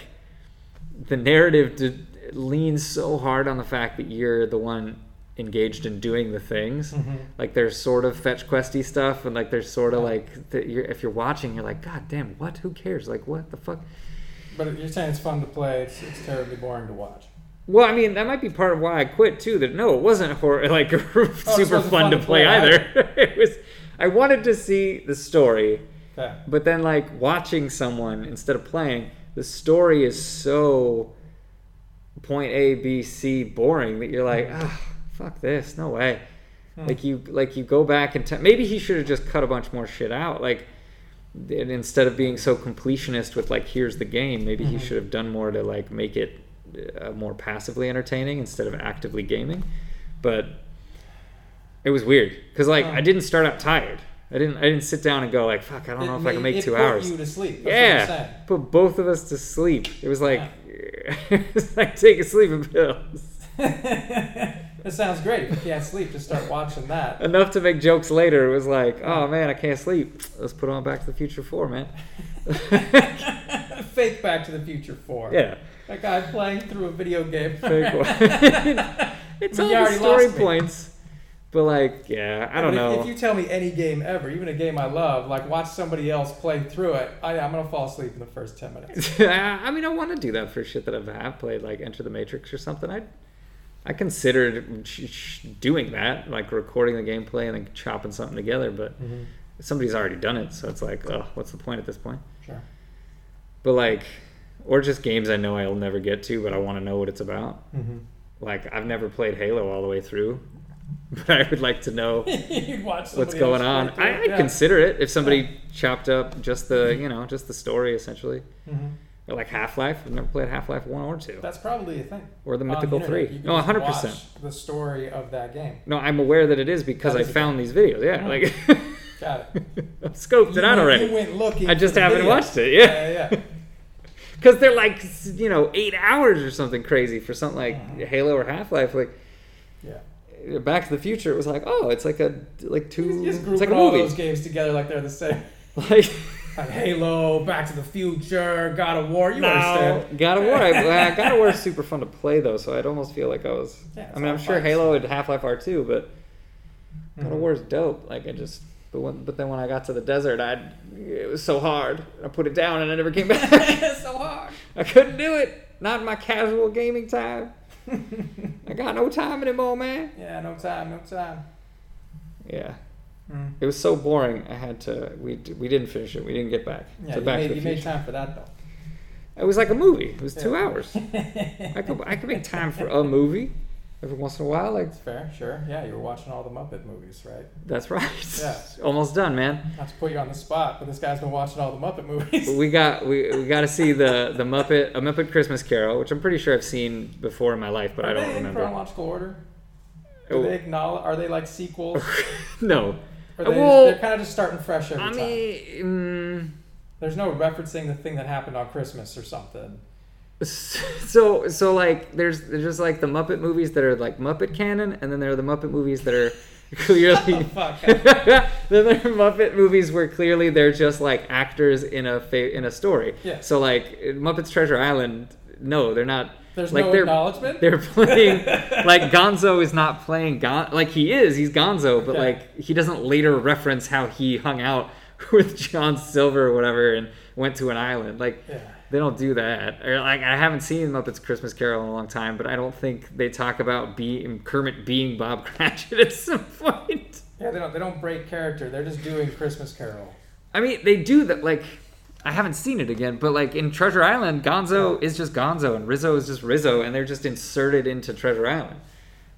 B: the narrative did, leans so hard on the fact that you're the one engaged in doing the things like there's sort of fetch questy stuff and like there's sort of like that you're, if you're watching you're like god damn what who cares like what the fuck
C: But you're saying it's fun to play. It's, it's terribly boring to watch.
B: well i mean that might be part of why i quit too that no it wasn't hor- like super
C: wasn't
B: Oh, fun to play, either it was i wanted to see the story
C: Okay.
B: But then, like, watching someone instead of playing, the story is so point A, B, C boring that you're like, ah, fuck this, no way. Like you, like you go back and t- maybe he should have just cut a bunch more shit out. Like, and instead of being so completionist with like here's the game, maybe he should have done more to like make it uh, more passively entertaining instead of actively gaming. But it was weird because like
C: Huh.
B: I didn't start out tired. I didn't. I didn't sit down and go like, fuck. I don't know if I can
C: made-
B: make
C: it
B: two
C: put
B: hours.
C: You to sleep. That's What I'm saying.
B: Yeah, put both of us to sleep. It was like, it was like taking sleeping pills.
C: that sounds great. If you can't sleep, just start watching that.
B: Enough to make jokes later. It was like, oh man, I can't sleep. Let's put on Back to the Future Four, man.
C: Fake Back to the Future 4.
B: yeah,
C: That guy playing through a video game.
B: fake one. it's
C: But
B: all
C: you
B: the
C: already
B: story
C: lost me.
B: points, but like, yeah, I don't
C: But if,
B: know.
C: If you tell me any game ever, even a game I love, like watch somebody else play through it, I, I'm gonna fall asleep in the first ten minutes.
B: I mean, I want to do that for shit that I've have played, like Enter the Matrix or something. I, I considered sh- sh- doing that, like recording the gameplay and then chopping something together.
C: Mm-hmm.
B: But somebody's already done it, so it's like, oh, what's the point at this point?
C: Sure.
B: But like, or just games I know I'll never get to, but I want to know what it's about.
C: Mm-hmm.
B: Like, I've never played Halo all the way through, but I would like to know
C: You'd watch somebody
B: what's going on.
C: else play
B: I,
C: through
B: I'd
C: it, yeah.
B: consider it if somebody chopped up just the, you know, just the story essentially.
C: Mhm.
B: Or like Half Life. I've never played Half Life 1 or 2.
C: That's probably a thing.
B: or the
C: On the
B: Mythical
C: internet,
B: 3.
C: you can
B: No, 100%.
C: just watch The story of that game.
B: No, I'm aware that it is because
C: That
B: I
C: is a
B: found these videos. Yeah, like,
C: Got it.
B: I've scoped it
C: You
B: out
C: went-
B: already.
C: You went looking.
B: I just
C: for the
B: haven't
C: video.
B: watched it, yeah.
C: Yeah, yeah.
B: because they're like s- you know eight hours or something crazy for something like Halo or Half Life. Like
C: yeah.
B: Back to the Future, it was like oh, it's like a like two,
C: You just
B: it's
C: grouping
B: like a
C: all those
B: movie.
C: games together like they're the same.
B: Like
C: Like Halo, Back to the Future, God of War. You
B: no,
C: understand?
B: God of War. I, I, God of War is super fun to play though, so I'd almost feel like I was.
C: Yeah, it's
B: I mean, I'm
C: all
B: sure
C: fights.
B: Halo and Half Life are too, but God
C: Mhm.
B: of War is dope. Like I just. But, when, but then when I got to the desert, I it was so hard. I put it down and I never came back.
C: so hard.
B: I couldn't do it. Not in my casual gaming time. I got no time anymore, man.
C: Yeah, no time, no time.
B: Yeah.
C: Mm.
B: It was so boring. I had to. We d- we didn't finish it. We didn't get back
C: Yeah,
B: to
C: you,
B: Back
C: made,
B: to the
C: you made
B: Future.
C: time for that though.
B: It was like a movie. It was two
C: Yeah.
B: hours. I could I could make time for a movie every once in a while. Like
C: It's fair, sure. Yeah, you were watching all the Muppet movies, right?
B: that's right.
C: Yeah.
B: Almost done, man.
C: Not to put you on the spot, but this guy's been watching all the Muppet movies.
B: But we got we, we got to see the the Muppet a Muppet Christmas Carol, which I'm pretty sure I've seen before in my life, but
C: are
B: I don't
C: they in
B: remember.
C: chronological order? Do
B: Oh,
C: they acknowledge? Are they like sequels?
B: no.
C: Or
B: Uh,
C: they
B: well,
C: just, they're kind of just starting fresh every
B: I
C: time.
B: mean, mm,
C: There's no referencing the thing that happened on Christmas or something.
B: mm, so so like there's there's just like the Muppet movies that are like Muppet canon, and then there are the Muppet movies that are clearly.
C: Fuck.
B: then there are Muppet movies where clearly they're just like actors in a fa- in a story.
C: Yeah.
B: So like Muppets Treasure Island, no, they're not.
C: There's
B: like
C: no
B: they're
C: acknowledgement.
B: they're playing like Gonzo is not playing Gon like he is he's Gonzo but
C: Okay.
B: like he doesn't later reference how he hung out with John Silver or whatever and went to an island like
C: Yeah.
B: they don't do that or like I haven't seen Muppets Christmas Carol in a long time but I don't think they talk about being Kermit being Bob Cratchit at some point.
C: Yeah, they don't. They don't break character. They're just doing Christmas Carol.
B: I mean, they do that. Like, I haven't seen it again, but like in Treasure Island, Gonzo is just Gonzo and Rizzo is just Rizzo, and they're just inserted into Treasure Island,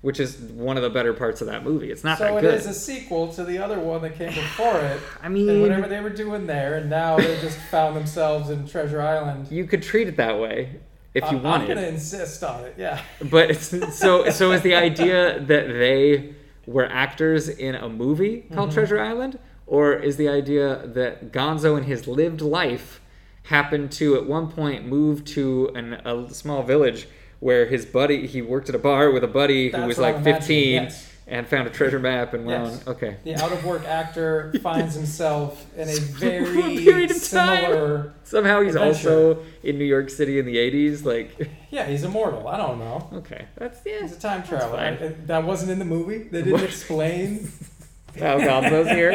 B: which is one of the better parts of that movie. It's not
C: So
B: that
C: it
B: Ah, good.
C: is a sequel to the other one that came before it.
B: I mean-
C: and whatever they were doing there, and now they just found themselves in Treasure Island.
B: you could treat it that way if you
C: I'm, I'm
B: wanted.
C: gonna insist on it. Yeah.
B: but it's, so so is the idea that they were actors in a movie called
C: Mm-hmm.
B: Treasure Island, or is the idea that Gonzo in his lived life happened to at one point move to an, a small village where his buddy he worked at a bar with a buddy who
C: That's
B: was
C: what
B: like
C: I'm imagining,
B: 15
C: yes.
B: and found a treasure map and wound
C: Yes.
B: okay
C: The out of work actor finds himself in a very
B: period of time.
C: similar.
B: somehow he's
C: Adventure.
B: also in New York City in the 80s like
C: Yeah, he's immortal. I don't know.
B: okay that's yeah
C: He's a time traveler.
B: fine.
C: I- that wasn't in the movie. They didn't explain.
B: how Gonzo's here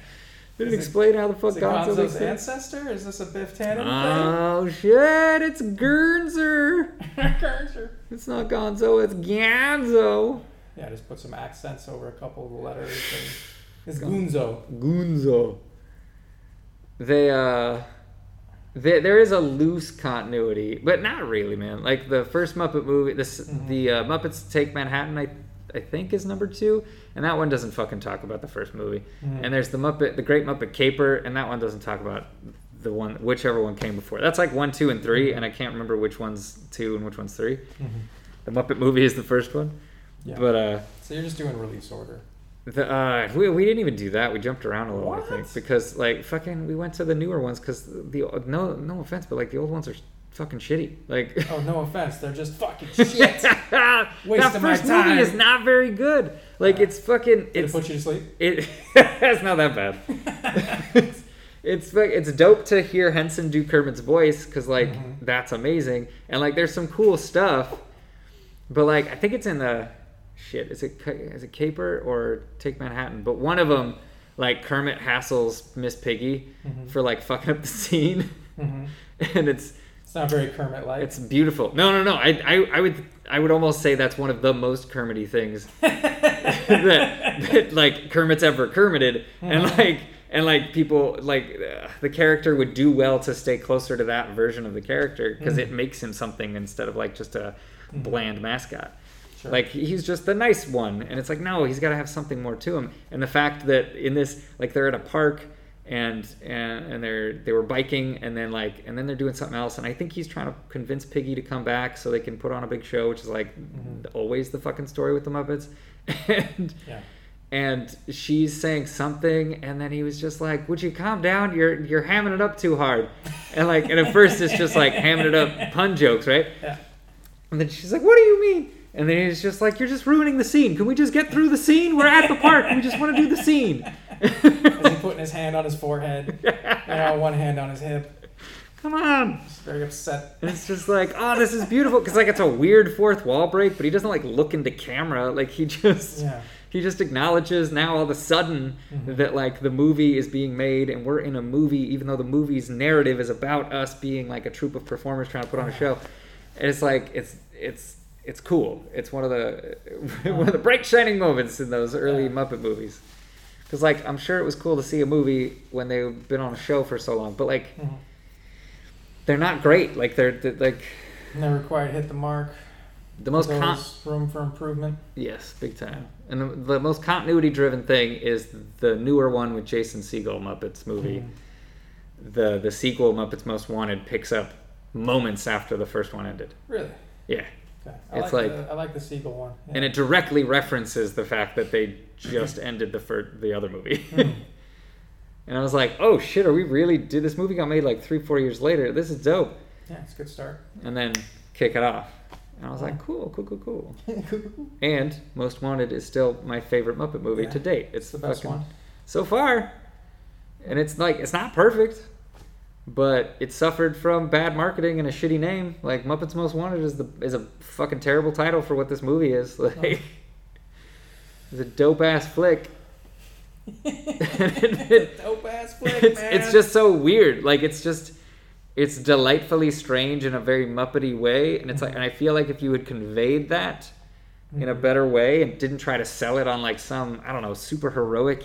B: didn't
C: it-
B: explain how the fuck
C: Is it
B: Gonzo
C: Gonzo's
B: exists.
C: ancestor? Is this a Biff Tannen
B: Oh shit, it's Gernzer.
C: thing? Character.
B: It's not Gonzo, it's Gonzo.
C: yeah, just put some accents over a couple of the letters. And it's Gunzo.
B: Gunzo. They uh there there is a loose continuity, but not really, man. Like the first Muppet movie, this the uh, Muppets Take Manhattan, I I think is number two, and that one doesn't fucking talk about the first movie. And there's the Muppet, the Great Muppet Caper, and that one doesn't talk about the one, whichever one came before. That's like one, two, and 3 and I can't remember which one's two and which one's 3 The Muppet movie is the first one,
C: Yeah.
B: but uh,
C: So you're just doing release order.
B: the, uh, we, we didn't even do that. We jumped around a little, I
C: What?
B: think, because like fucking, we went to the newer ones because the no no offense, but like the old ones are fucking shitty. Like
C: Oh, no offense. They're just fucking shit.
B: that
C: of my
B: first movie is
C: time.
B: not very good. Like it's fucking
C: Did it
B: it's
C: put you to sleep?
B: it, it's not that bad. it's, it's fuck- it's dope to hear Henson do Kermit's voice because like that's amazing and like there's some cool stuff, but like I think it's in the shit is it Ca- is it Caper or Take Manhattan? But one of them like Kermit hassles Miss Piggy for like fucking up the scene, and it's
C: It's not very Kermit like.
B: it's beautiful. No, no, no. I, I, I would, I would almost say that's one of the most Kermity things that, that, like Kermit's ever Kermited, and like, and like people, like uh, the character would do well to stay closer to that version of the character because it makes him something instead of like just a bland mascot.
C: Sure.
B: Like he's just the nice one, and it's like no, he's got to have something more to him. And the fact that in this, like they're at a park and and, and they're they were biking, and then like and then they're doing something else. And I think he's trying to convince Piggy to come back so they can put on a big show, which is like always the fucking story with the Muppets. and
C: yeah.
B: and she's saying something, and then he was just like, "Would you calm down? You're you're hamming it up too hard." And like and at first it's just like hamming it up pun jokes, right?
C: Yeah.
B: And then she's like, "What do you mean?" And then he's just like, "You're just ruining the scene. Can we just get through the scene? We're at the park. We just want to do the scene."
C: Is he putting his hand on his forehead? you know, one hand on his hip.
B: Come on.
C: He's very upset.
B: And it's just like, "Oh, this is beautiful." Cuz like it's a weird fourth wall break, but he doesn't like look into camera. Like he just
C: Yeah. Mm-hmm.
B: he just acknowledges now all of a sudden that like the movie is being made and we're in a movie even though the movie's narrative is about us being like a troupe of performers trying to put on a show and it's like it's it's it's cool it's one of the one of the bright shining moments in those early
C: Yeah.
B: muppet movies because like i'm sure it was cool to see a movie when they've been on a show for so long but like
C: Mhm.
B: they're not great like they're, they're like
C: Never quite hit the mark.
B: the most
C: There's
B: con-
C: room for improvement.
B: Yes, big time. And the, the most continuity driven thing is the newer one with Jason Segel Muppets movie. The the sequel Muppets Most Wanted picks up moments after the first one ended.
C: Really?
B: Yeah.
C: Okay. I
B: It's
C: like,
B: like-
C: the, I like the seagull one. Yeah.
B: And it directly references the fact that they just ended the fir- the other movie. and I was like, "Oh shit, are we really did this movie got made like 3 4 years later. This is dope."
C: yeah, it's a good start.
B: And then kick it off. And I was like, "Cool, cool, cool, cool." And Most Wanted is still my favorite Muppet movie
C: Yeah.
B: to date. It's,
C: It's the best
B: fucking-
C: one.
B: so far. And it's like it's not perfect, but it suffered from bad marketing and a shitty name. Like Muppets Most Wanted is the is a fucking terrible title for what this movie is. Like it's a dope ass flick. it's,
C: Dope ass flick, man.
B: it's just so weird. Like it's just it's delightfully strange in a very muppety way and it's like and I feel like if you had conveyed that in
C: Mm-hmm.
B: a better way and didn't try to sell it on like some I don't know super heroic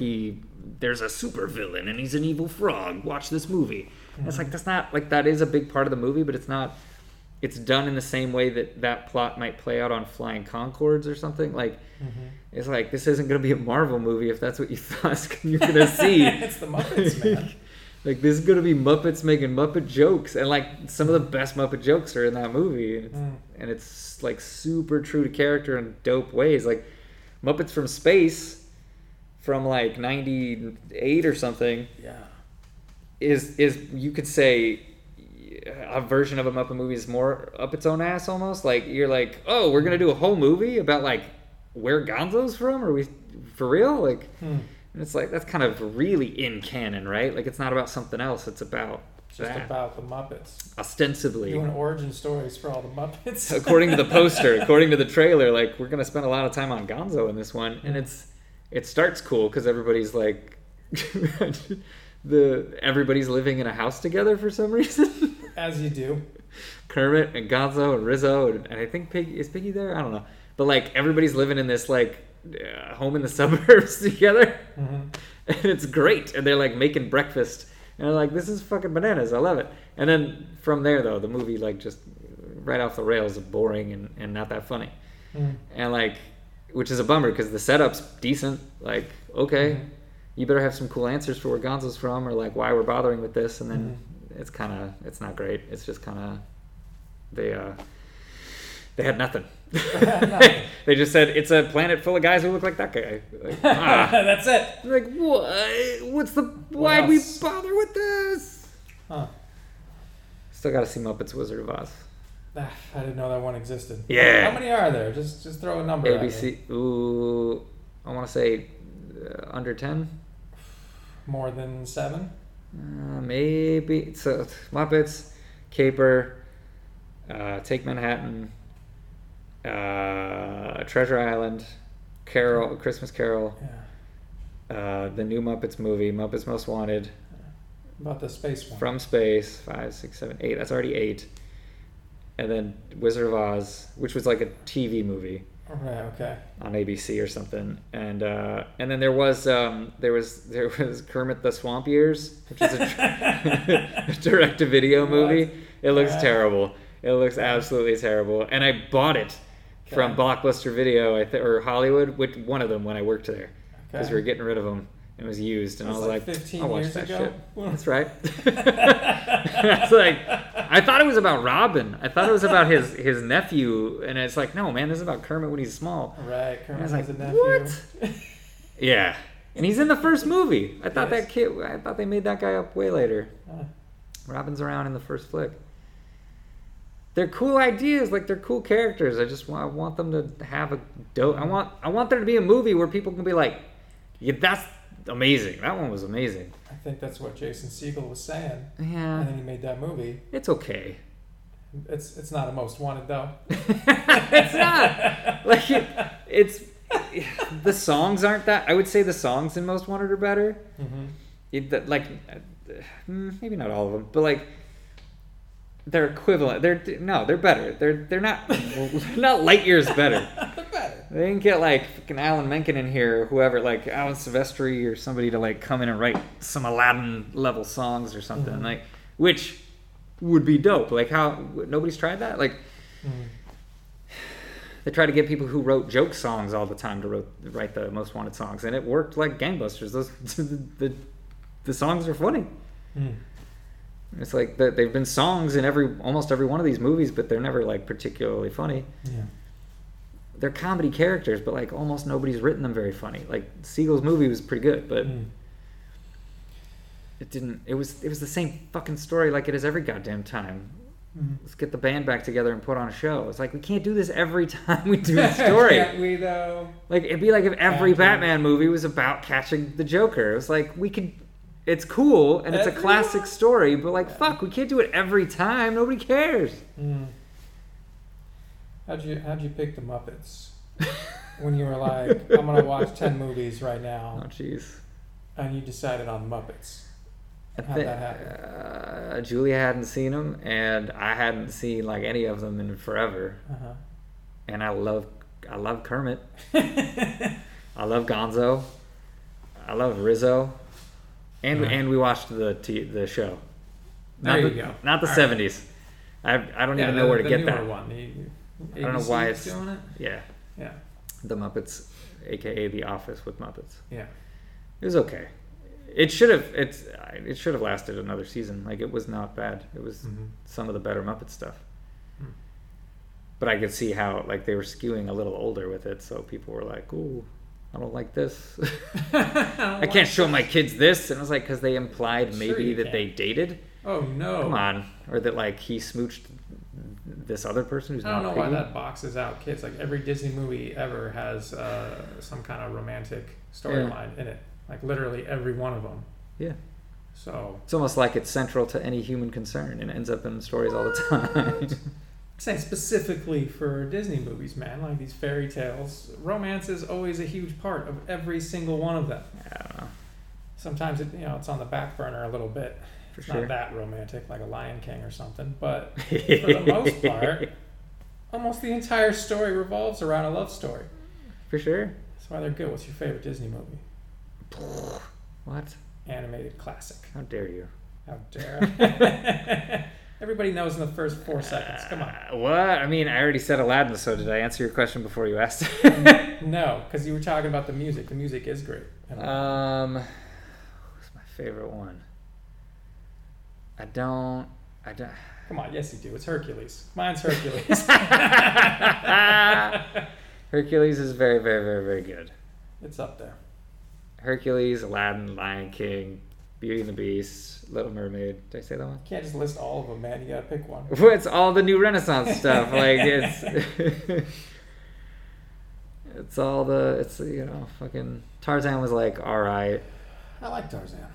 B: there's a super villain and he's an evil frog watch this movie it's
C: Mm-hmm.
B: like that's not like that is a big part of the movie but it's not it's done in the same way that that plot might play out on Flying Concords or something like
C: Mm-hmm.
B: it's like this isn't going to be a Marvel movie if that's what you thought you're going to see
C: it's the Muppets, man.
B: like this is gonna be Muppets making Muppet jokes, and like some of the best Muppet jokes are in that movie, and it's,
C: Mm.
B: and it's like super true to character in dope ways. Like Muppets from Space, from like '98 or something,
C: Yeah.
B: is is you could say a version of a Muppet movie is more up its own ass almost. Like you're like, oh, we're gonna do a whole movie about like where Gonzo's from? Are we for real? Like, and it's like that's kind of really in canon, right? Like it's not about something else. It's about
C: It's just
B: that
C: about the Muppets.
B: ostensibly.
C: Doing origin stories for all the Muppets.
B: according to the poster, according to the trailer, like we're gonna spend a lot of time on Gonzo in this one, and it's it starts cool because everybody's like the everybody's living in a house together for some reason.
C: As you do.
B: Kermit and Gonzo and Rizzo and, and I think Piggy is Piggy there. I don't know, but like everybody's living in this like uh, home in the suburbs together,
C: Mm-hmm.
B: and it's great. And they're like making breakfast, and they're like, "This is fucking bananas. I love it." And then from there though, the movie
C: Mm-hmm.
B: like just right off the rails of boring and, and not that funny, and like which is a bummer because the setup's decent. Like, okay, you better have some cool answers for where Gonzo's from or like why we're bothering with this. And then it's kind of it's not great. It's just kind of they uh they had nothing.
C: Nothing.
B: they just said it's a planet full of guys who look like that guy. Like, ah.
C: That's it.
B: like what? What's the? Why would we
C: else?
B: bother with this?
C: Huh.
B: Still got to see Muppets Wizard of Oz.
C: Ah, I didn't know that one existed.
B: Yeah.
C: How many are there? Just just throw a number. at me.
B: ABC. Ooh, I want to say uh, under ten,
C: More than seven.
B: uh, maybe. So Muppets, Caper, uh, Take Manhattan, uh, Treasure Island, Carol, Christmas Carol,
C: Yeah.
B: uh, the new Muppets movie, Muppets Most Wanted,
C: About the space one.
B: From Space, five, six, seven, eight. That's already eight. And then Wizard of Oz, which was like a TV movie.
C: Right. Okay.
B: on ABC or something. And uh, and then there was um, there was there was Kermit the Swamp Years, which is a direct to video
C: What?
B: movie. It looks
C: Yeah.
B: terrible. It looks absolutely terrible. And I bought it from
C: Okay.
B: Blockbuster Video I th- or Hollywood, which one of them when I worked there because
C: Okay.
B: we were getting rid of them. and It was used, and
C: That's
B: I was
C: like
B: like,
C: 15
B: "I'll watch
C: years
B: that
C: ago?
B: shit." That's right. I was like, I thought it was about Robin. I thought it was about his his nephew, and it's like, no, man, this is about Kermit when he's small.
C: Right. Kermit
B: was like,
C: has a nephew.
B: Yeah. And he's in the first movie. I thought
C: Yes.
B: that kid. I thought they made that guy up way later.
C: Huh.
B: Robin's around in the first flick. They're cool ideas, like they're cool characters. I just want, I want them to have a dope. I want I want there to be a movie where people can be like, yeah, that's amazing. That one was amazing.
C: I think that's what Jason Segel was saying, and
B: Yeah,
C: then he made that movie.
B: it's okay.
C: It's it's not a most wanted though.
B: it's not like it, it's the songs aren't that. I would say the songs in Most Wanted are better.
C: Mm-hmm.
B: it, that, like uh, mm, maybe not all of them, but like they're equivalent. They're no, they're better. They're they're not they're not light years better.
C: They're better.
B: They didn't get like fucking Alan Menken in here or whoever, like Alan Silvestri or somebody to like come in and write some Aladdin level songs or something
C: Mhm.
B: like, which would be dope. Like how nobody's tried that. Like
C: Mm.
B: Mm-hmm. they tried to get people who wrote joke songs all the time to wrote, write the most wanted songs, and it worked like gangbusters. Those the, the the songs are funny.
C: Mm.
B: It's like that they've been songs in every almost every one of these movies, but they're never like particularly funny.
C: Yeah.
B: They're comedy characters, but like almost nobody's written them very funny. Like Siegel's movie was pretty good, but
C: Mm.
B: it didn't. It was it was the same fucking story like it is every goddamn time.
C: Mm.
B: Let's get the band back together and put on a show. It's like we can't do this every time we do a story.
C: Can't we though?
B: Like it'd be like if every
C: Batman.
B: Batman movie was about catching the Joker. It was like we could. It's cool and it's a
C: Everyone-
B: classic story, but like fuck, we can't do it every time. Nobody cares.
C: Mm. How'd you how'd you pick the Muppets? when you were like, I'm gonna watch ten movies right
B: Oh
C: now,
B: jeez.
C: and you decided on Muppets.
B: I
C: How'd
B: thi-
C: that happen?
B: Uh, Julia hadn't seen them, and I hadn't seen like any of them in forever.
C: Uh-huh.
B: And I love, I love Kermit. I love Gonzo. I love Rizzo. And
C: Yeah.
B: and we watched the t- the show.
C: Uh-huh. There
B: not
C: you
B: the,
C: go.
B: Not the
C: All right.
B: seventies. I I don't even know where to
C: the
B: get
C: newer
B: that.
C: One. You-
B: I don't know
C: ABC
B: why
C: is
B: it's-
C: doing it.
B: Yeah,
C: Yeah.
B: the Muppets, aka The Office with Muppets.
C: Yeah.
B: It was okay. It should have it's it should have lasted another season. Like it was not bad. It was
C: Mhm.
B: some of the better Muppet stuff.
C: Hmm.
B: But I could see how like they were skewing a little older with it, so people were like, "Ooh, I don't like this.
C: Hmm.
B: I can't show my kids this." And I was like, because they implied
C: Sure
B: maybe
C: you
B: that
C: can.
B: they dated.
C: Oh no.
B: Come on, or that like he smooched this other person who's
C: I don't know
B: not
C: why
B: Piggy.
C: that boxes out kids. Like every Disney movie ever has uh, some kind of romantic storyline in it. Like literally every one of them.
B: Yeah,
C: So
B: it's almost like it's central to any human concern and ends up in stories all the time.
C: I'm saying specifically for Disney movies, man, like these fairy tales, romance is always a huge part of every single one of them.
B: I don't know
C: Sometimes it, you know, it's on the back burner a little bit.
B: for
C: It's
B: sure.
C: not that romantic, like a Lion King or something, but for the most part, almost the entire story revolves around a love story.
B: For sure.
C: That's why they're good. What's your favorite Disney movie?
B: What?
C: Animated classic.
B: How dare you?
C: How dare I? Everybody knows in the first four seconds. Come on.
B: Uh, what? I mean, I already said Aladdin, so did I answer your question before you asked? um,
C: No, because you were talking about the music. The music is great. And
B: Um, who's my favorite one? I don't. I don't.
C: Come on, yes you do. It's Hercules. Mine's Hercules.
B: Hercules is very, very, very, very good.
C: it's up there.
B: Hercules, Aladdin, Lion King, Beauty and the Beast, Little Mermaid. Did I say that one?
C: You can't just list all of them, man. You gotta pick one.
B: Well, It's all the new Renaissance stuff. Like it's it's all the it's you know fucking Tarzan was like all right.
C: I like Tarzan.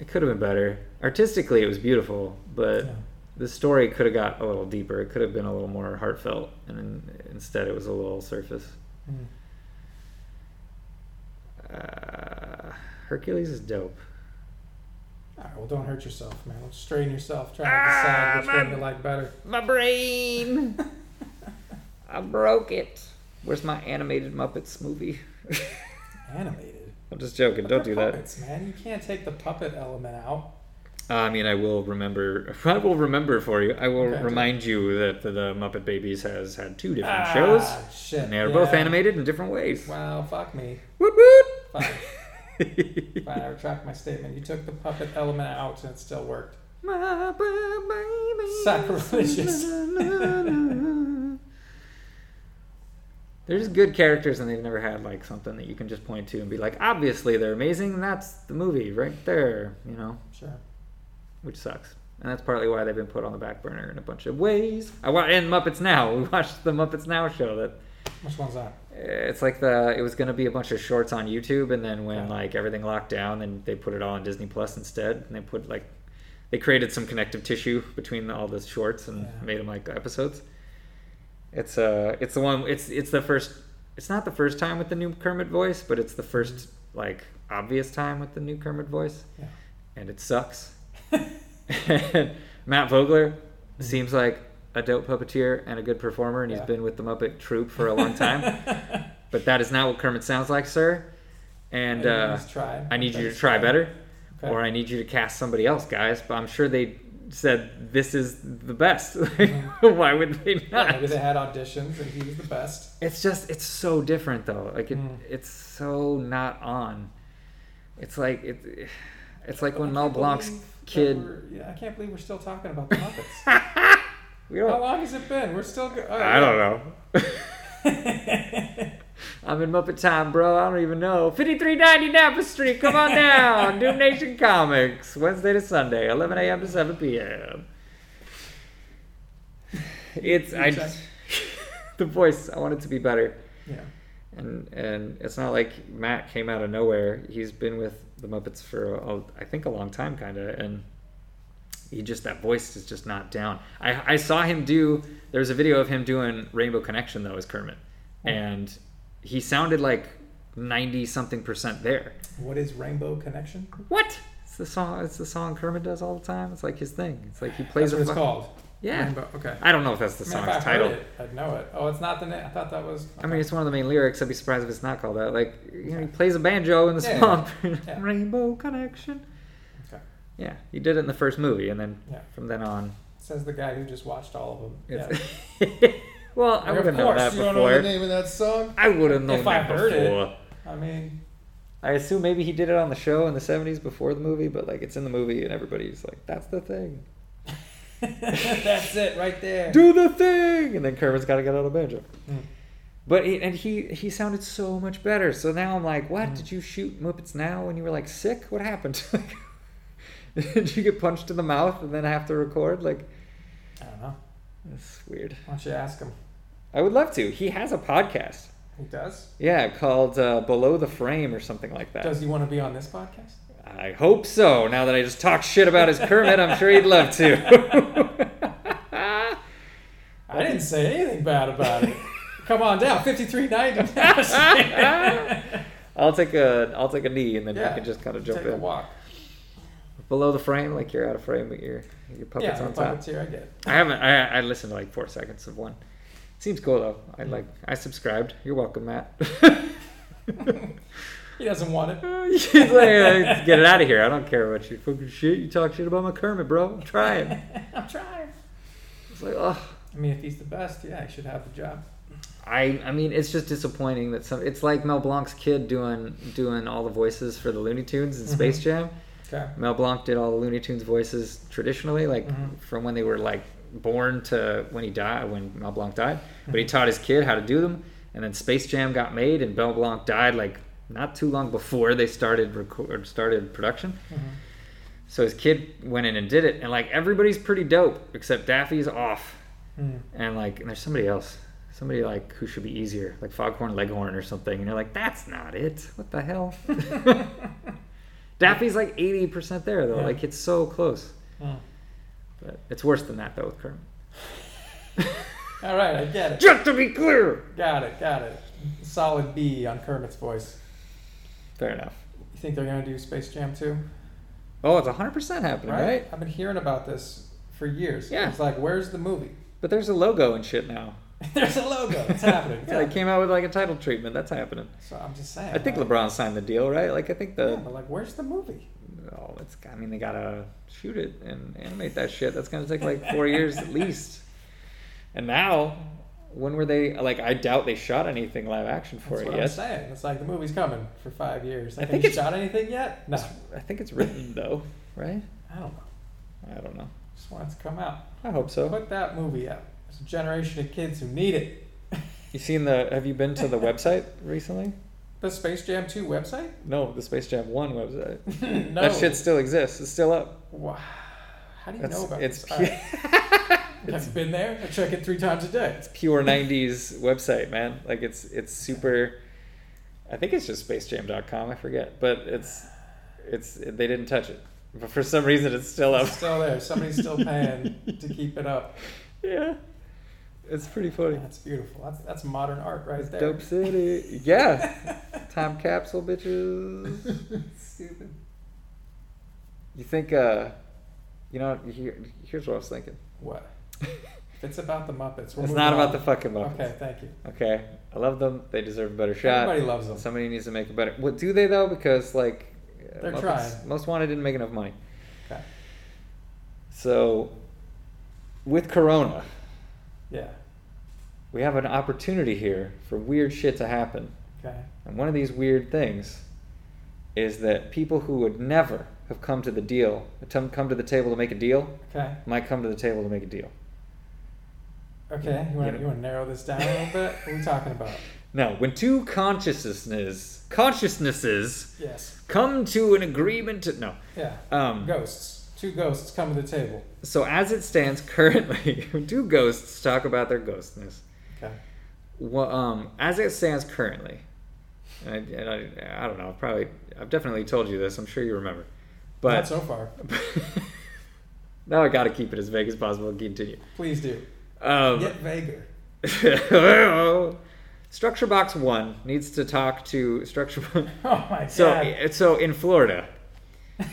B: It could have been better. Artistically, it was beautiful, but
C: Yeah.
B: the story could have got a little deeper. It could have been a little more heartfelt, and in, instead, it was a little surface.
C: Mm.
B: Uh, Hercules is dope.
C: All right, well, don't hurt yourself, man. Don't strain yourself trying to decide
B: Ah,
C: which one
B: man.
C: you like better.
B: My brain. I broke it. Where's my animated Muppets movie?
C: Animated.
B: I'm just joking.
C: But
B: Don't
C: they're
B: do that.
C: puppets, man. You can't take the puppet element out.
B: Uh, I mean, I will remember. I will remember for you. I will
C: Okay.
B: remind you that the, the Muppet Babies has had two different
C: Ah,
B: shows,
C: Shit.
B: and they are
C: yeah.
B: both animated in different ways.
C: Wow, fuck me.
B: Woot woot.
C: Fine, I retract my statement. You took the puppet element out and it still worked.
B: Muppet Babies.
C: Sacrilegious.
B: They're just good characters, and they've never had like something that you can just point to and be like, obviously they're amazing. and That's the movie right there, you know,
C: Sure.
B: which sucks. And that's partly why they've been put on the back burner in a bunch of ways. I wa- and Muppets Now. We watched the Muppets Now show. That
C: Which one's that?
B: it's like the it was gonna be a bunch of shorts on YouTube, and then when
C: Yeah.
B: like everything locked down, then they put it all on Disney Plus instead, and they put like they created some connective tissue between all the shorts and
C: Yeah.
B: made them like episodes. It's uh, it's the one. It's it's the first. It's not the first time with the new Kermit voice, but it's the first
C: Mm-hmm.
B: like obvious time with the new Kermit voice,
C: Yeah.
B: and it sucks. Matt Vogler seems like a dope puppeteer and a good performer, and he's
C: Mm-hmm. Yeah.
B: been with the Muppet troupe for a long time. but that is not what Kermit sounds like, sir. And uh,
C: He's tried.
B: I need you
C: He's
B: to try
C: tried.
B: better,
C: Okay.
B: or I need you to cast somebody else, guys. But I'm sure they said this is the best. Like, Why would they
C: Mm-hmm. Yeah, maybe
B: not?
C: they had auditions and he was the best.
B: It's just it's so different though. Like it,
C: Mm.
B: it's so not on. It's like it, it's like when
C: I
B: Mel
C: can't
B: Blanc's
C: believe that
B: kid.
C: we're- Yeah, I can't believe we're still talking about the Muppets.
B: We
C: How
B: don't.
C: long has it been? We're still. Go- Oh, all
B: I
C: right.
B: don't know. I'm in Muppet time, bro. I don't even know. 5390 Napa Street. Come on down. Doom Nation Comics. Wednesday to Sunday, 11 a.m. to 7 p.m. It's I.
C: check.
B: the voice. I want it to be better.
C: Yeah.
B: And and it's not like Matt came out of nowhere. He's been with the Muppets for a, I think a long time, kind of, and he just that voice is just not down. I I saw him do. There was a video of him doing Rainbow Connection though as Kermit,
C: Oh.
B: and he sounded like ninety something percent there.
C: What is Rainbow Connection?
B: What? It's the song. It's the song Kermit does all the time. It's like his thing. It's like he plays
C: That's what
B: a
C: it's
B: fuck-
C: called.
B: Yeah.
C: Rainbow. Okay.
B: I don't know if that's the
C: I mean, if
B: song's
C: I
B: title.
C: heard it, I'd know it. Oh, it's not the name. I thought that was.
B: I mean, it's one of the main lyrics. I'd be surprised if it's not called that. Like, you know, he plays a banjo in the
C: Yeah.
B: swamp.
C: Yeah.
B: Rainbow connection.
C: Okay.
B: Yeah, he did it in the first movie, and then
C: Yeah.
B: from then on,
C: Says the guy who just watched all of them. Yeah.
B: it's. well, I
C: Like,
B: would
C: of
B: have known
C: course,
B: that
C: you don't know the
B: before.
C: name of that song.
B: I would have known
C: If I
B: that
C: heard it.
B: before.
C: I mean,
B: I assume maybe he did it on the show in the '70s before the movie, but like it's in the movie, and everybody's like, "That's the thing.
C: that's it right there.
B: Do the thing!" And then Kermit's got to get out of banjo.
C: Mm.
B: But he, and he he sounded so much better. So now I'm like,
C: Mm.
B: what? Did you shoot Muppets Now when you were like sick? What happened? Did you get punched in the mouth and then have to record? Like
C: I don't know.
B: that's weird.
C: Why don't you ask him?
B: I would love to. He has a podcast.
C: He does.
B: Yeah, called uh, Below the Frame or something like that.
C: Does he want to be on this podcast?
B: I hope so. Now that I just talked shit about his Kermit, I'm sure he'd love to.
C: I didn't say anything bad about it. Come on down, fifty-three ninety.
B: I'll take a I'll take a knee and then you
C: Yeah,
B: can just kind of jump
C: Take a
B: in.
C: walk.
B: Below the frame, like you're out of frame, but your your puppets
C: yeah,
B: on
C: I'm
B: top.
C: a puppeteer. I get it.
B: I haven't. I, I listened to like four seconds of one. Seems cool though. I like. I subscribed. You're welcome, Matt.
C: He doesn't want it.
B: She's like, "Uh, get it out of here. I don't care about you. Fucking shit. You talk shit about my Kermit, bro. I'm trying.
C: I'm trying.
B: It's like, oh,
C: I mean, if he's the best, yeah, he should have the job.
B: I I mean, it's just disappointing that some. It's like Mel Blanc's kid doing doing all the voices for the Looney Tunes in Space Jam.
C: Okay.
B: Mel Blanc did all the Looney Tunes voices traditionally, like
C: Mhm.
B: from when they were like born to when he died, when Mel Blanc died. But he taught his kid how to do them, and then Space Jam got made, and Mel Blanc died like not too long before they started record started production. So his kid went in and did it, and like everybody's pretty dope except Daffy's off,
C: Mm.
B: and like and there's somebody else. Somebody like who should be easier, like Foghorn Leghorn or something, and you're like, that's not it. What the hell?
C: Hmm.
B: Daffy's like eighty percent there though.
C: Yeah.
B: Like it's so close.
C: Mm.
B: But it's worse than that though with Kermit.
C: All right, I get it.
B: Just to be clear.
C: Got it. Got it. Solid B on Kermit's voice.
B: Fair enough.
C: You think they're gonna do Space Jam too?
B: Oh, it's hundred percent happening, right?
C: I've been hearing about this for years.
B: Yeah.
C: It's like, where's the movie?
B: But there's a logo and shit now.
C: There's a logo. It's happening.
B: Yeah, they came out with like a title treatment. That's happening.
C: So I'm just saying.
B: I think
C: like,
B: LeBron signed the deal, right? Like I think
C: Yeah,
B: the
C: but like, where's the movie?
B: oh, it's I mean they gotta shoot it and animate that shit. That's gonna take like four years at least. And now, when were they like? I doubt they shot anything live action for
C: That's
B: it
C: what
B: yet.
C: I'm saying. It's like the movie's coming for five years.
B: I
C: Like,
B: think
C: have you
B: it's-
C: shot anything yet? No.
B: I think it's written though, right?
C: I don't know.
B: I don't know.
C: Just want it to come out.
B: I hope so.
C: Put that movie out. There's a generation of kids who need it.
B: You seen the? Have you been to the website recently?
C: The Space Jam 2 website?
B: No, the Space Jam One website.
C: no.
B: That shit still exists. It's still up.
C: Wow. How do you
B: That's-
C: know about
B: it's
C: this?
B: pu-
C: All right. I've been there. I check it three times a day.
B: pure '90s website, man. Like it's it's super. I think it's just SpaceJam.com. I forget, but it's it's they didn't touch it, but for some reason it's still up.
C: It's still there. Somebody's still paying to keep it up.
B: yeah, it's pretty funny.
C: That's beautiful. That's that's modern art right there.
B: Dope City. Yeah. Time capsule, bitches.
C: Stupid.
B: You think? uh You know, here, here's what I was thinking.
C: What? If it's about the Muppets, we're
B: it's
C: moving
B: not about
C: on.
B: the fucking Muppets.
C: Okay, thank you.
B: Okay, I love them. They deserve a better shot.
C: Everybody loves them.
B: Somebody needs to make a better. What do they though? Because like, uh,
C: They're
B: Muppets
C: trying.
B: Most Wanted didn't make enough money.
C: Okay.
B: So, with Corona,
C: Yeah.
B: we have an opportunity here for weird shit to happen.
C: Okay.
B: And one of these weird things is that people who would never have come to the deal, come come to the table to make a deal,
C: Okay.
B: might come to the table to make a deal.
C: Okay. You want
B: Yeah.
C: to you want to narrow this down a little bit? What are we talking about?
B: Now, when two consciousnesses consciousnesses
C: Yes.
B: come to an agreement, to, no.
C: Yeah.
B: Um,
C: Ghosts. Two ghosts come to the table.
B: So as it stands currently, do ghosts talk about their ghostness?
C: Okay.
B: Well, um, as it stands currently, and I, and I, I don't know. Probably, I've definitely told you this. I'm sure you remember,
C: Not
B: but
C: so far.
B: now I got to keep it as vague as possible and continue.
C: Please do.
B: Um,
C: Get vaguer.
B: Structure Box One needs to talk to Structure. Box.
C: Oh my
B: So, eh,
C: god.
B: so in Florida,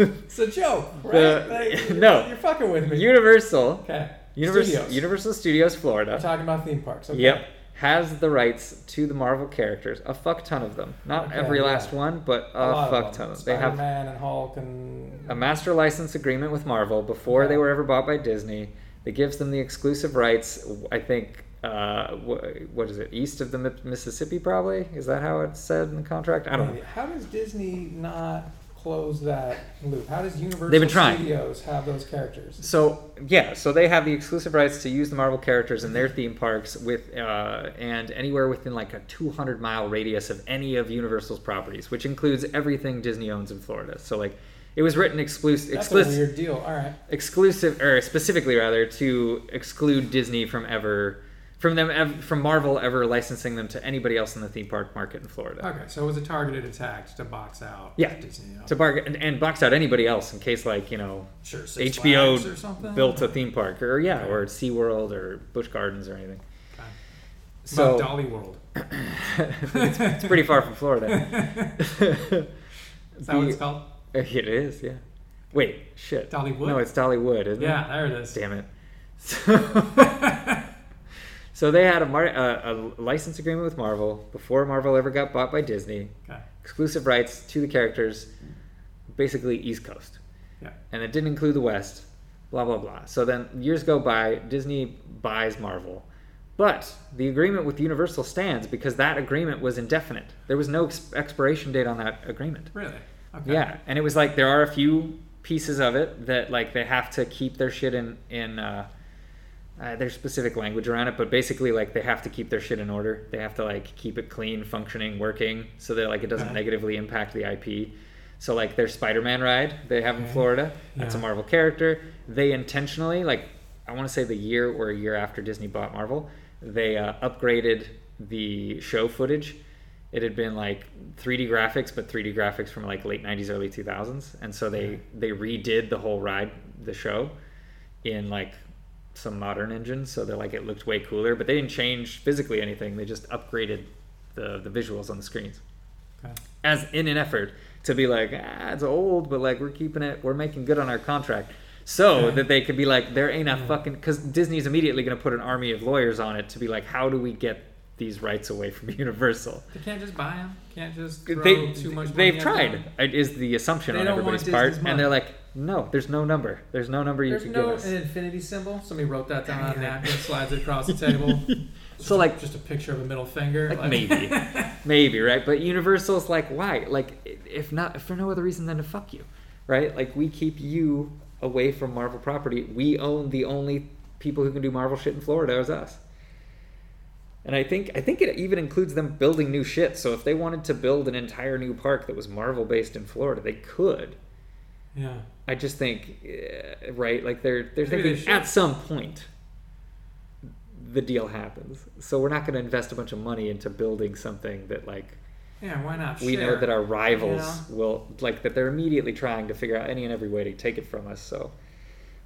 C: It's a joke, right?
B: The-
C: Like,
B: no.
C: You're fucking with me.
B: Universal,
C: okay.
B: Universal,
C: Studios.
B: Universal Studios, Florida.
C: We're talking about theme parks. Okay.
B: Yep. Has the rights to the Marvel characters. A fuck ton of them. Not
C: Okay,
B: every
C: yeah.
B: last one, but a,
C: A lot
B: fuck
C: of
B: ton
C: them.
B: of them. They have
C: Spider-Man and Hulk and
B: a master license agreement with Marvel before
C: Okay.
B: they were ever bought by Disney. That gives them the exclusive rights, I think, uh, wh- what is it, east of the Mi- Mississippi, probably? Is that how it's said in the contract? I don't know.
C: Maybe. How does Disney not close that loop? How does Universal
B: They've been trying.
C: Studios have those characters?
B: So yeah, so they have the exclusive rights to use the Marvel characters in their theme parks with uh, and anywhere within like a 200 mile radius of any of Universal's properties, which includes everything Disney owns in Florida. So like, it was written exclusive,
C: That's a
B: exclusive,
C: weird deal. All right.
B: exclusive, or specifically rather to exclude Disney from ever from them ev- from Marvel ever licensing them to anybody else in the theme park market in Florida.
C: Okay, so it was a targeted attack to box out
B: Yeah.
C: Disney.
B: To bargain and, and box out anybody else in case like you know
C: sure,
B: HBO built a theme park, or yeah, or SeaWorld or Busch Gardens or anything. So
C: Dolly World.
B: it's, it's pretty far from Florida.
C: Is
B: that what it's
C: called?
B: it is, yeah. Wait, shit.
C: Dollywood?
B: No, it's Dollywood, isn't it?
C: there it is.
B: Damn it. So, so they had a, mar- uh, a, a license agreement with Marvel before Marvel ever got bought by Disney.
C: Okay.
B: Exclusive rights to the characters, basically East Coast.
C: Yeah.
B: and it didn't include the West. blah blah blah. So then years go by, Disney buys Marvel. But the agreement with Universal stands because that agreement was indefinite. There was no ex- expiration date on that agreement.
C: Really? Okay.
B: Yeah, and it was like there are a few pieces of it that like they have to keep their shit in in uh, uh, there's specific language around it, but basically like they have to keep their shit in order. They have to like keep it clean, functioning, working, so that like it doesn't
C: Okay.
B: negatively impact the IP. So like their Spider-Man ride they have in
C: Okay.
B: Florida, that's a
C: Yeah.
B: Marvel character. They intentionally like I want to say the year or a year after Disney bought Marvel, they uh, upgraded the show footage. It had been like 3D graphics, but 3D graphics from like late 90s, early 2000s, and so they they redid the whole ride, the show, in like some modern engines, so they're like it looked way cooler. But they didn't change physically anything; they just upgraded the the visuals on the screens
C: Okay.
B: as in an effort to be like, ah, it's old, but like we're keeping it, we're making good on our contract, so that they could be like, there ain't a fucking because Disney's immediately going to put an army of lawyers on it to be like, how do we get these rights away from Universal?
C: They can't just buy them. Can't just throw
B: They
C: too much.
B: they've
C: money at
B: tried
C: them?
B: it is the assumption
C: They
B: on
C: don't want
B: everybody's
C: Disney's
B: part, and
C: money.
B: they're like, no, there's no number, there's no number you
C: There's
B: could
C: no
B: give us.
C: an infinity symbol. Somebody wrote that down
B: Yeah.
C: on a napkin, slides it across the table.
B: So, like-
C: just a picture of a middle finger.
B: like maybe maybe right but universal's like why like if not if for no other reason than to fuck you right like we keep you away from marvel property we own the only people who can do marvel shit in florida is us and i think i think it even includes them building new shit so if they wanted to build an entire new park that was marvel based in florida they could
C: Yeah.
B: I just think, eh, right? Like they're they're
C: Maybe they
B: thinking
C: should.
B: at some point the deal happens. So we're not going to invest a bunch of money into building something that like
C: Yeah. Why not?
B: we know
C: Share.
B: that our rivals
C: Yeah.
B: will like that they're immediately trying to figure out any and every way to take it from us. So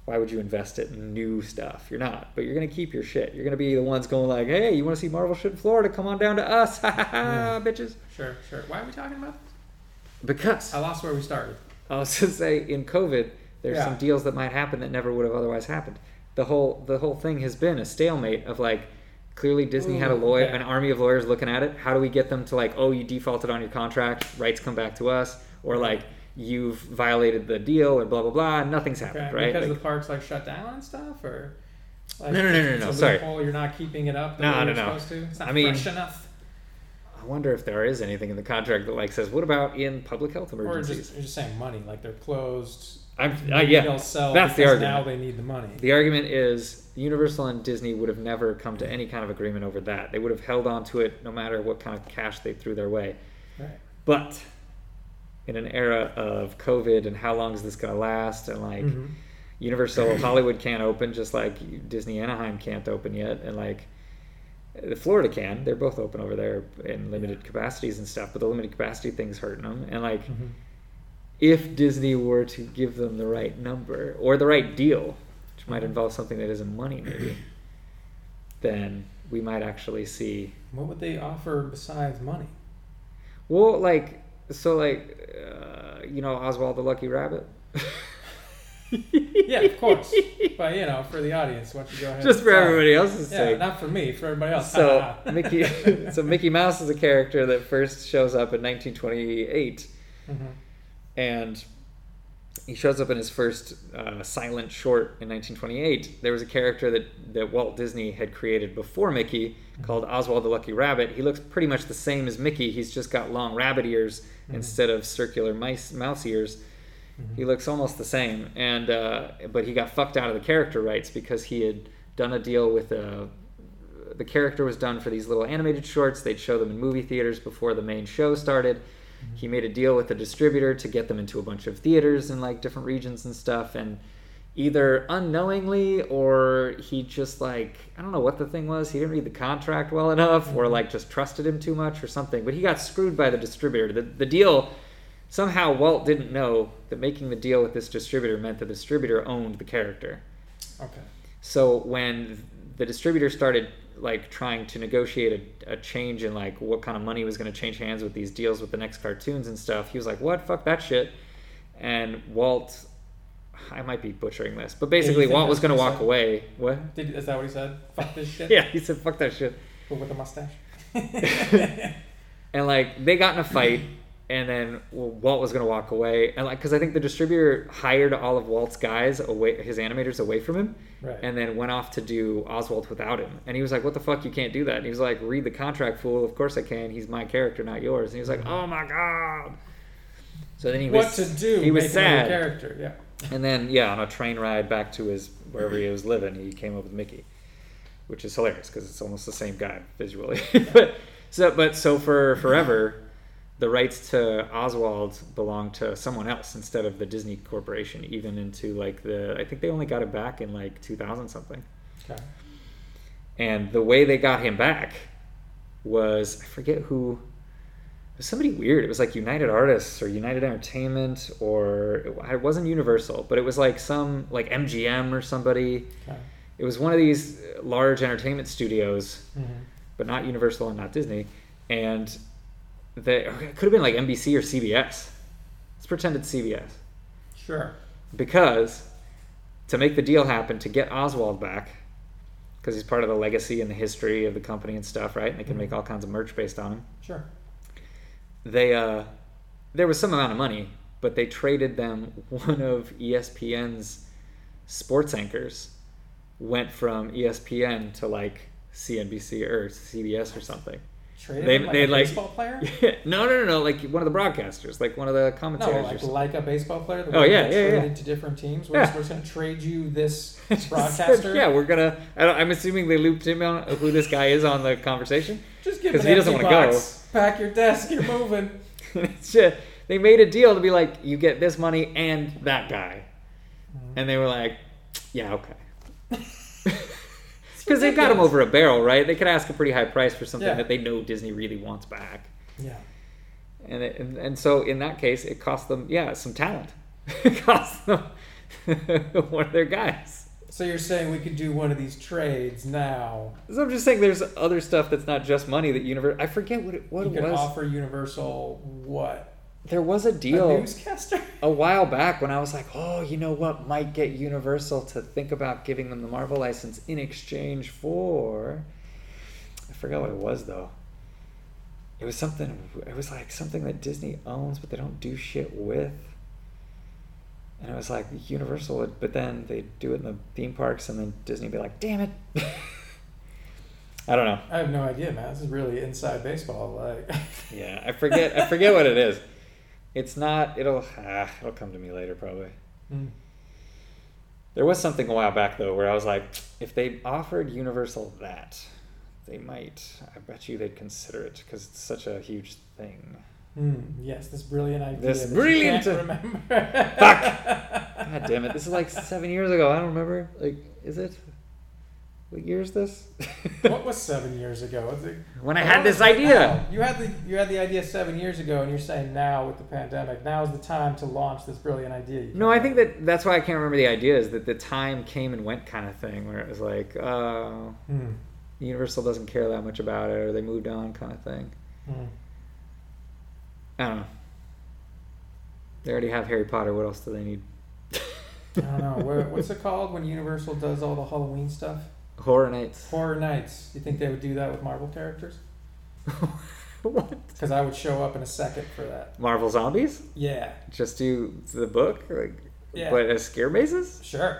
B: why would you invest it in new stuff? You're not, but you're going to keep your shit. You're going to be the ones going like, "Hey, you want to see Marvel shit in Florida? Come on down to us, ha ha ha, bitches."
C: Sure. Sure. Why are we talking about? This?
B: Because
C: I lost where we started.
B: I was to say in COVID, there's
C: Yeah.
B: some deals that might happen that never would have otherwise happened. The whole the whole thing has been a stalemate of like clearly Disney had a
C: Ooh,
B: lawyer
C: okay.
B: an army of lawyers looking at it. How do we get them to like, oh you defaulted on your contract, rights come back to us, or like you've violated the deal or blah blah blah, nothing's happened,
C: Okay.
B: right?
C: Because
B: Like-
C: the park's like shut down and stuff, or. Like,
B: No, no, no, no,
C: it's a
B: no, sorry.
C: loophole, You're not keeping it up. The
B: No,
C: way
B: no,
C: you're
B: no.
C: Supposed to. It's not
B: I mean-
C: fresh enough.
B: I wonder if there is anything in the contract that like says, what about in public health
C: Or
B: emergencies?
C: just, you're just saying money. Like they're closed.
B: I'm uh,
C: Maybe
B: yeah,
C: They'll sell
B: that's the
C: because
B: argument.
C: Now they need the money.
B: The argument is Universal and Disney would have never come to any kind of agreement over that. They would have held on to it no matter what kind of cash they threw their way.
C: Right.
B: But in an era of COVID and how long is this going to last and like
C: Mhm.
B: Universal Hollywood can't open just like Disney Anaheim can't open yet and like the Florida can. They're both open over there in limited capacities and stuff, but the limited capacity thing's hurting them. And like
C: Mhm.
B: if Disney were to give them the right number or the right deal, which might involve something that isn't money, maybe, then we might actually see.
C: What would they offer besides money?
B: Well, like, so, like, uh, you know, Oswald the Lucky Rabbit?
C: Yeah, of course. but you know, for the audience, why don't you go ahead?
B: Just
C: and
B: for
C: tell them?
B: everybody else's
C: Yeah,
B: sake.
C: not for me, for everybody else.
B: so Mickey, so Mickey Mouse is a character that first shows up in 1928
C: Mhm.
B: and he shows up in his first uh, silent short in 1928. There was a character that, that Walt Disney had created before Mickey called Oswald the Lucky Rabbit. He looks pretty much the same as Mickey. He's just got long rabbit ears instead of circular mice, mouse ears.
C: Mm-hmm.
B: He looks almost the same, and uh, but he got fucked out of the character rights because he had done a deal with a. The character was done for these little animated shorts. They'd show them in movie theaters before the main show started. He made a deal with the distributor to get them into a bunch of theaters in like different regions and stuff, and either unknowingly or he just like I don't know what the thing was. He didn't read the contract well enough, or like just trusted him too much or something. But he got screwed by the distributor. The, the deal somehow Walt didn't know that making the deal with this distributor meant the distributor owned the character.
C: Okay.
B: So when the distributor started like trying to negotiate a, a change in like what kind of money was going to change hands with these deals with the next cartoons and stuff, he was like, "What? Fuck that shit." And Walt, I might be butchering this, but basically
C: think
B: Walt
C: that's
B: was going to
C: what he
B: walk
C: said?
B: away. What?
C: Did, is that what he said? Fuck this shit.
B: Yeah, he said, "Fuck that shit."
C: But with a mustache.
B: and like they got in a fight and then Walt was gonna walk away, and like, cause I think the distributor hired all of Walt's guys away, his animators away from him,
C: Right.
B: and then went off to do Oswald without him. And he was like, "What the fuck? You can't do that." And he was like, "Read the contract, fool. Of course I can. He's my character, not yours." And he was like, "Oh my god." So then he
C: Mm-hmm. what
B: was
C: to do?
B: he was
C: make another
B: sad.
C: Character, yeah.
B: and then yeah, on a train ride back to his wherever he was living, he came up with Mickey, which is hilarious because it's almost the same guy visually. but so but so for forever, the rights to Oswald belong to someone else instead of the Disney Corporation. Even into like the I think they only got it back in like two thousand something.
C: Okay.
B: And the way they got him back was I forget who it was somebody weird. It was like United Artists or United Entertainment or it wasn't Universal, but it was like some like MGM or somebody.
C: Okay.
B: It was one of these large entertainment studios,
C: Mhm.
B: but not Universal and not Disney. And they, or it could have been like NBC or CBS. Let's pretend it's CBS
C: Sure.
B: because to make the deal happen to get Oswald back because he's part of the legacy and the history of the company and stuff, right? And they can make all kinds of merch based on him.
C: Sure.
B: They uh, there was some amount of money, but they traded them one of E ESPN's sports anchors went from E ESPN to like CNBC or CBS or something.
C: Traded
B: They-
C: him like
B: they
C: a
B: like-
C: baseball player.
B: no, no, no, no, like one of the broadcasters, like one of the
C: No,
B: commentators. or
C: like
B: something.
C: like a baseball player. The
B: Oh,
C: way
B: yeah,
C: they
B: yeah, yeah.
C: traded To different teams. We're, just,
B: Yeah.
C: we're just going to trade you this
B: Just said,
C: broadcaster.
B: yeah, we're gonna. I don't, I'm assuming they looped him on who this guy is on the conversation.
C: Just give
B: 'Cause
C: him
B: he doesn't
C: want to
B: wanna go.
C: Pack your desk. You're moving.
B: it's just, they made a deal to be like, you get this money and that guy,
C: Mm-hmm.
B: and they were like, yeah, okay. Because they've got him
C: ridiculous.
B: over a barrel, right? They could ask a pretty high price for something
C: Yeah.
B: that they know Disney really wants back,
C: yeah.
B: and it, and, and so in that case, it cost them, yeah, some talent. it cost them one of their guys.
C: So you're saying we could do one of these trades now?
B: So I'm just saying, there's other stuff that's not just money that universe. I forget what it, what
C: You
B: it
C: could
B: was.
C: offer Universal what?
B: There was a
C: A
B: deal
C: newscaster?
B: a while back when I was like, oh, you know what might get Universal to think about giving them the Marvel license in exchange for. I forgot what it was though. It was something. It was like something that Disney owns, but they don't do shit with. And it was like Universal would, but then they do it in the theme parks, and then Disney would be like, "Damn it!" I don't know.
C: I have no idea, man. This is really inside baseball. Like,
B: Yeah, I forget. I forget what it is. It's not. It'll. ah, it'll come to me later, probably.
C: Mm.
B: There was something a while back though where I was like, if they offered Universal that, they might. I bet you they'd consider it because it's such a huge thing.
C: Mm, yes, this brilliant idea.
B: This
C: that you
B: brilliant-
C: can't remember.
B: Fuck! God damn it! This is like seven years ago. I don't remember. Like, is it? What year is this?
C: what was seven years ago? Was it-
B: when I had this idea.
C: Oh, you had the you had the idea seven years ago, and you're saying now with the pandemic, now is the time to launch this brilliant idea. you
B: No,
C: had.
B: I think that that's why I can't remember the idea. Is that the time came and went kind of thing where it was like, oh,
C: Mm,
B: Universal doesn't care that much about it, or they moved on, kind of thing.
C: mm.
B: I don't know. They already have Harry Potter. What else do they need?
C: I don't know. Where, what's it called when Universal does all the Halloween stuff?
B: Horror Nights.
C: Horror Nights. You think they would do that with Marvel characters?
B: what?
C: Because I would show up in a second for that.
B: Marvel Zombies?
C: Yeah,
B: Just do the book, like,
C: Yeah.
B: but as scare mazes?
C: sure.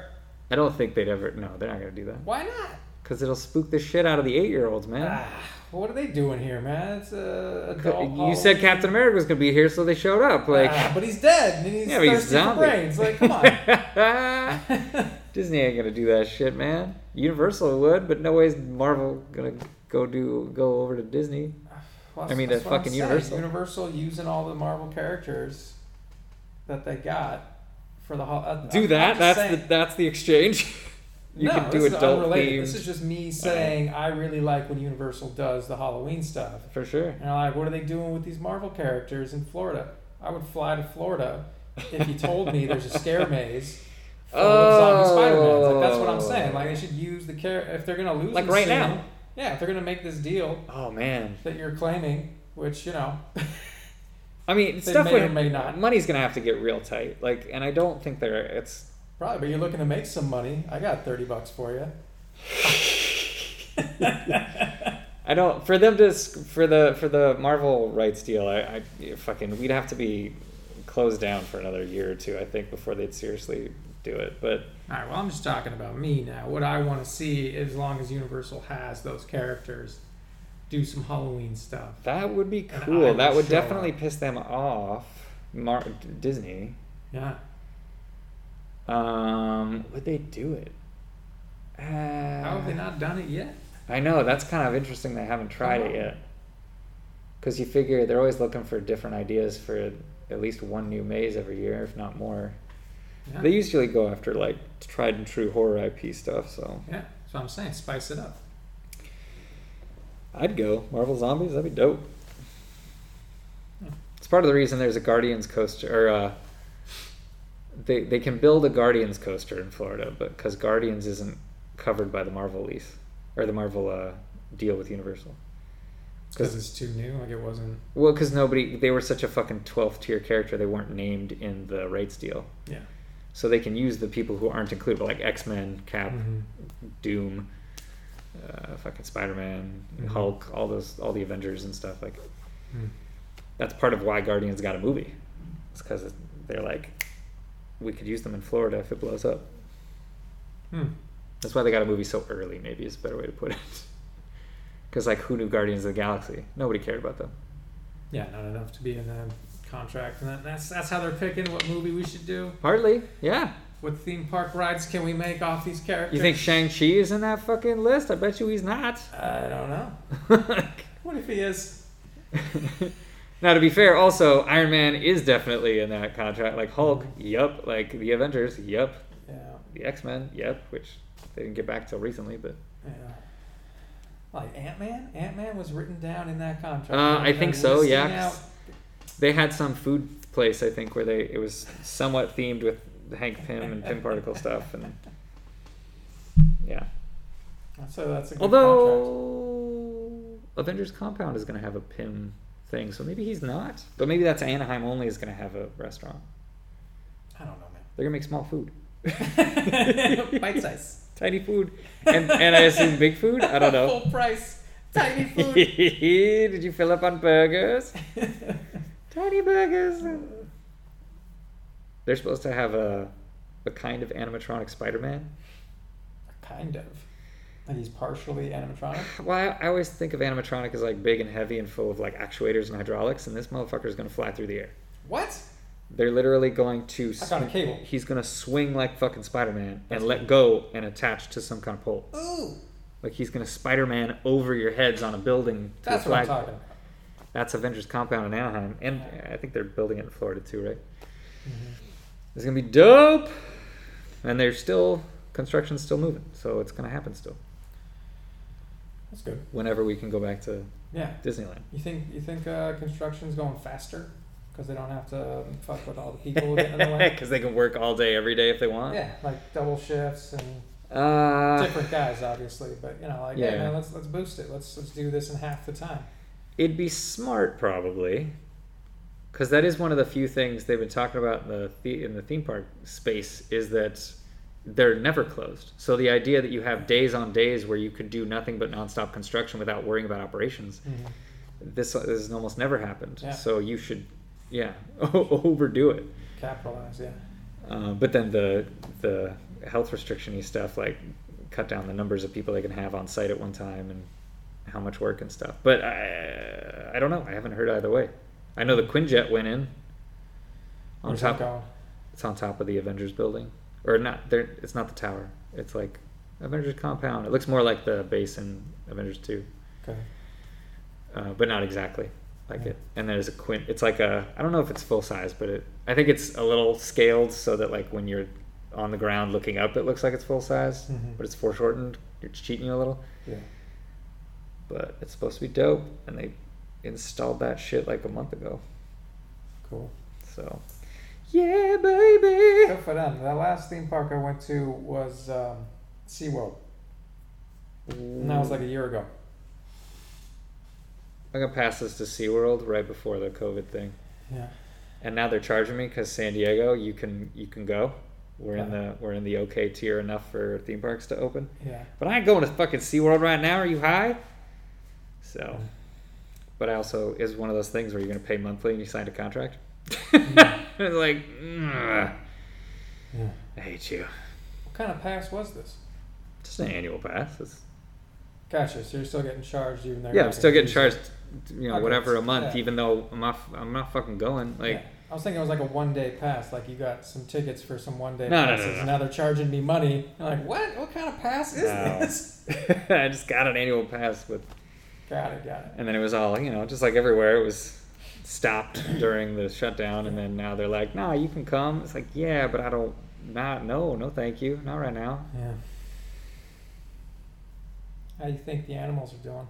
B: I don't think they'd ever. No, they're not gonna do that
C: Why not?
B: because it'll spook the shit out of the eight-year-olds, man.
C: Ah, what are they doing here, man? It's a
B: C-
C: adult.
B: you said Captain America was gonna be here, so they showed up. Like,
C: Ah, but he's dead. And he's
B: yeah, but he's
C: thirsty for
B: zombie.
C: brains. Like, come on.
B: Disney ain't gonna do that shit, man. Universal would, but no way's Marvel gonna go do go over to Disney.
C: Well,
B: I mean,
C: that's
B: the
C: what I'm
B: fucking
C: saying.
B: Universal.
C: Universal using all the Marvel characters that they got for the uh, whole.
B: Do that. That's the that's the exchange. you
C: no,
B: can do
C: this is
B: adult Uh-huh.
C: unrelated. This
B: themed.
C: is just me saying I really like when Universal does the Halloween stuff.
B: For sure.
C: And I'm like, what are they doing with these Marvel characters in Florida? I would fly to Florida if you told me there's a scare maze. Full of zombie
B: Oh.
C: Spider-Man. Like, that's what I'm saying. Like they should use the care if they're gonna lose.
B: Like
C: the
B: right
C: scene-
B: now.
C: Yeah, if they're gonna make this deal
B: Oh man.
C: that you're claiming, which you know,
B: I mean,
C: They
B: stuff
C: may
B: would-
C: or may not.
B: Money's gonna have to get real tight. Like, and I don't think they're. It's
C: Probably, but you're looking to make some money. I got 30 bucks for you.
B: I don't for them to s- for the for the Marvel rights deal. I, I fucking we'd have to be closed down for another year or two, I think, before they'd seriously do it. But
C: All right. Well, I'm just talking about me now. What I want to see, as long as Universal has those characters, do some Halloween stuff.
B: that would be
C: And I
B: cool. That
C: will
B: would
C: show
B: definitely
C: up.
B: piss them off, Mar- Disney.
C: Yeah.
B: Um, would they do it? Uh,
C: How have they not done it yet?
B: I know that's kind of interesting. They haven't tried it
C: Uh-huh.
B: yet. Because you figure they're always looking for different ideas for at least one new maze every year, if not more.
C: Yeah.
B: They usually go after like tried and true horror IP stuff. So
C: yeah. That's what I'm saying. Spice it up.
B: I'd go Marvel Zombies. That'd be dope. It's part of the reason there's a Guardians coaster, or uh, they they can build a Guardians coaster in Florida, but because Guardians isn't covered by the Marvel lease or the Marvel uh, deal with Universal.
C: Because it's too new. Like it wasn't.
B: Well, because nobody, they were such a fucking 12th tier character, they weren't named in the rights deal.
C: Yeah.
B: So they can use the people who aren't included, like X Men, Cap,
C: Mhm.
B: Doom, uh, fucking Spider Man,
C: Mhm.
B: Hulk, all those, all the Avengers and stuff. Like,
C: Mm.
B: that's part of why Guardians got a movie. It's because they're like, we could use them in Florida if it blows up.
C: Hmm.
B: That's why they got a movie so early, maybe is a better way to put it. Because, like, who knew Guardians of the Galaxy? Nobody cared about them.
C: Yeah. Not enough to be in the contract, and that, that's that's how they're picking what movie we should do.
B: Partly, yeah.
C: What theme park rides can we make off these characters?
B: You think Shang Chi is in that fucking list? I bet you he's not.
C: I don't know. What if he is?
B: now, to be fair, also Iron Man is definitely in that contract. Like Hulk, yep. Like the Avengers, yep.
C: Yeah.
B: The X Men, yep. Which they didn't get back till recently, but
C: Yeah. Like Ant Man? Ant Man was written down in that contract.
B: Uh, I
C: They're
B: think so,
C: listing
B: yeah,
C: out-
B: 'cause- they had some food place I think where they it was somewhat themed with Hank Pym and Pym particle stuff and yeah.
C: So that's a good contract.
B: Although Avengers Compound is going to have a Pym thing, so maybe he's not. But maybe that's Anaheim only is going to have a restaurant.
C: I don't know,
B: They're going to make small food,
C: man. Bite size.
B: tiny food, and and I assume big food. I don't know.
C: Full price. Tiny food.
B: Did you fill up on burgers? Tiny burgers. They're supposed to have a a kind of animatronic Spider-Man.
C: kind of. Like he's partially animatronic.
B: Well, I, I always think of animatronic as like big and heavy and full of like actuators and hydraulics, and this motherfucker is going to fly through the air.
C: What?
B: They're literally going to.
C: I got a cable.
B: He's gonna swing like fucking Spider-Man and let go and attach to some kind of pole.
C: Ooh.
B: Like he's gonna Spider-Man over your heads on a building. to
C: That's
B: a
C: what I'm
B: flag-
C: talking about.
B: That's Avengers Compound in Anaheim, and I think they're building it in Florida too, right?
C: Mm-hmm.
B: It's gonna be dope, and they're still construction's still moving, so it's gonna happen still.
C: That's good.
B: Whenever we can go back to
C: Yeah.
B: Disneyland.
C: You think you think uh, construction's going faster because they don't have to fuck with all the people getting in the way?
B: Because they can work all day, every day if they want.
C: Yeah, like double shifts and
B: Uh,
C: different guys, obviously. But you know, like,
B: Yeah.
C: hey man, let's let's boost it. Let's let's do this in half the time.
B: It'd be smart, probably, because that is one of the few things they've been talking about in the, the in the theme park space is that they're never closed. So the idea that you have days on days where you could do nothing but nonstop construction without worrying about operations, this, this has almost never happened.
C: Yeah.
B: So you should, yeah, o- overdo it.
C: Capitalize, yeah.
B: Uh, but then the the health restrictiony stuff like cut down the numbers of people they can have on site at one time and how much work and stuff. But I I don't know. I haven't heard either way. I know the Quinjet went in on
C: Where's
B: top.
C: that going?
B: It's on top of the Avengers building, or not? There. It's not the tower. It's like Avengers compound. It looks more like the base in Avengers Two,
C: Okay.
B: uh, but not exactly like
C: Yeah.
B: it. And there's a Quint. It's like a. I don't know if it's full size, but it. I think it's a little scaled so that like when you're on the ground looking up, it looks like it's full size,
C: Mhm.
B: but it's foreshortened. It's cheating you a little.
C: Yeah.
B: but it's supposed to be dope and they installed that shit like a month ago
C: Cool.
B: so yeah baby
C: Good for them. The last theme park I went to was um, SeaWorld, and that was like a year ago.
B: i'm gonna pass this to seaworld right before the covid thing
C: Yeah.
B: and now they're charging me because san diego you can you can go we're in
C: Yeah.
B: the we're in the okay tier enough for theme parks to open
C: Yeah.
B: but i ain't going to fucking seaworld right now are you high So, but I also is one of those things where you're going to pay monthly and you signed a contract. it's like, mm,
D: Yeah.
B: I hate you.
C: What kind of pass was this?
B: Just an annual pass. It's,
C: Gotcha. So you're still getting charged even though. you're
B: yeah,
C: not
B: I'm still
C: gonna
B: getting
C: use
B: charged, you know,
C: Okay,
B: whatever a month,
C: yeah.
B: even though I'm not, I'm not fucking going.
C: it.
B: Like,
C: Yeah. I was thinking it was like a one day pass. Like you got some tickets for some one day
B: No, no, no,
C: passes.
B: no.
C: and Now they're charging me money. I'm like, what? What kind of pass is
B: No.
C: this?
B: I just got an annual pass with,
C: got it. Got it.
B: and then it was all, you know, just like everywhere, it was stopped during the shutdown, and then now they're like, nah, you can come. It's like, yeah, but I don't, not, no, no, thank you, not right now.
C: Yeah. How do you think the animals are doing?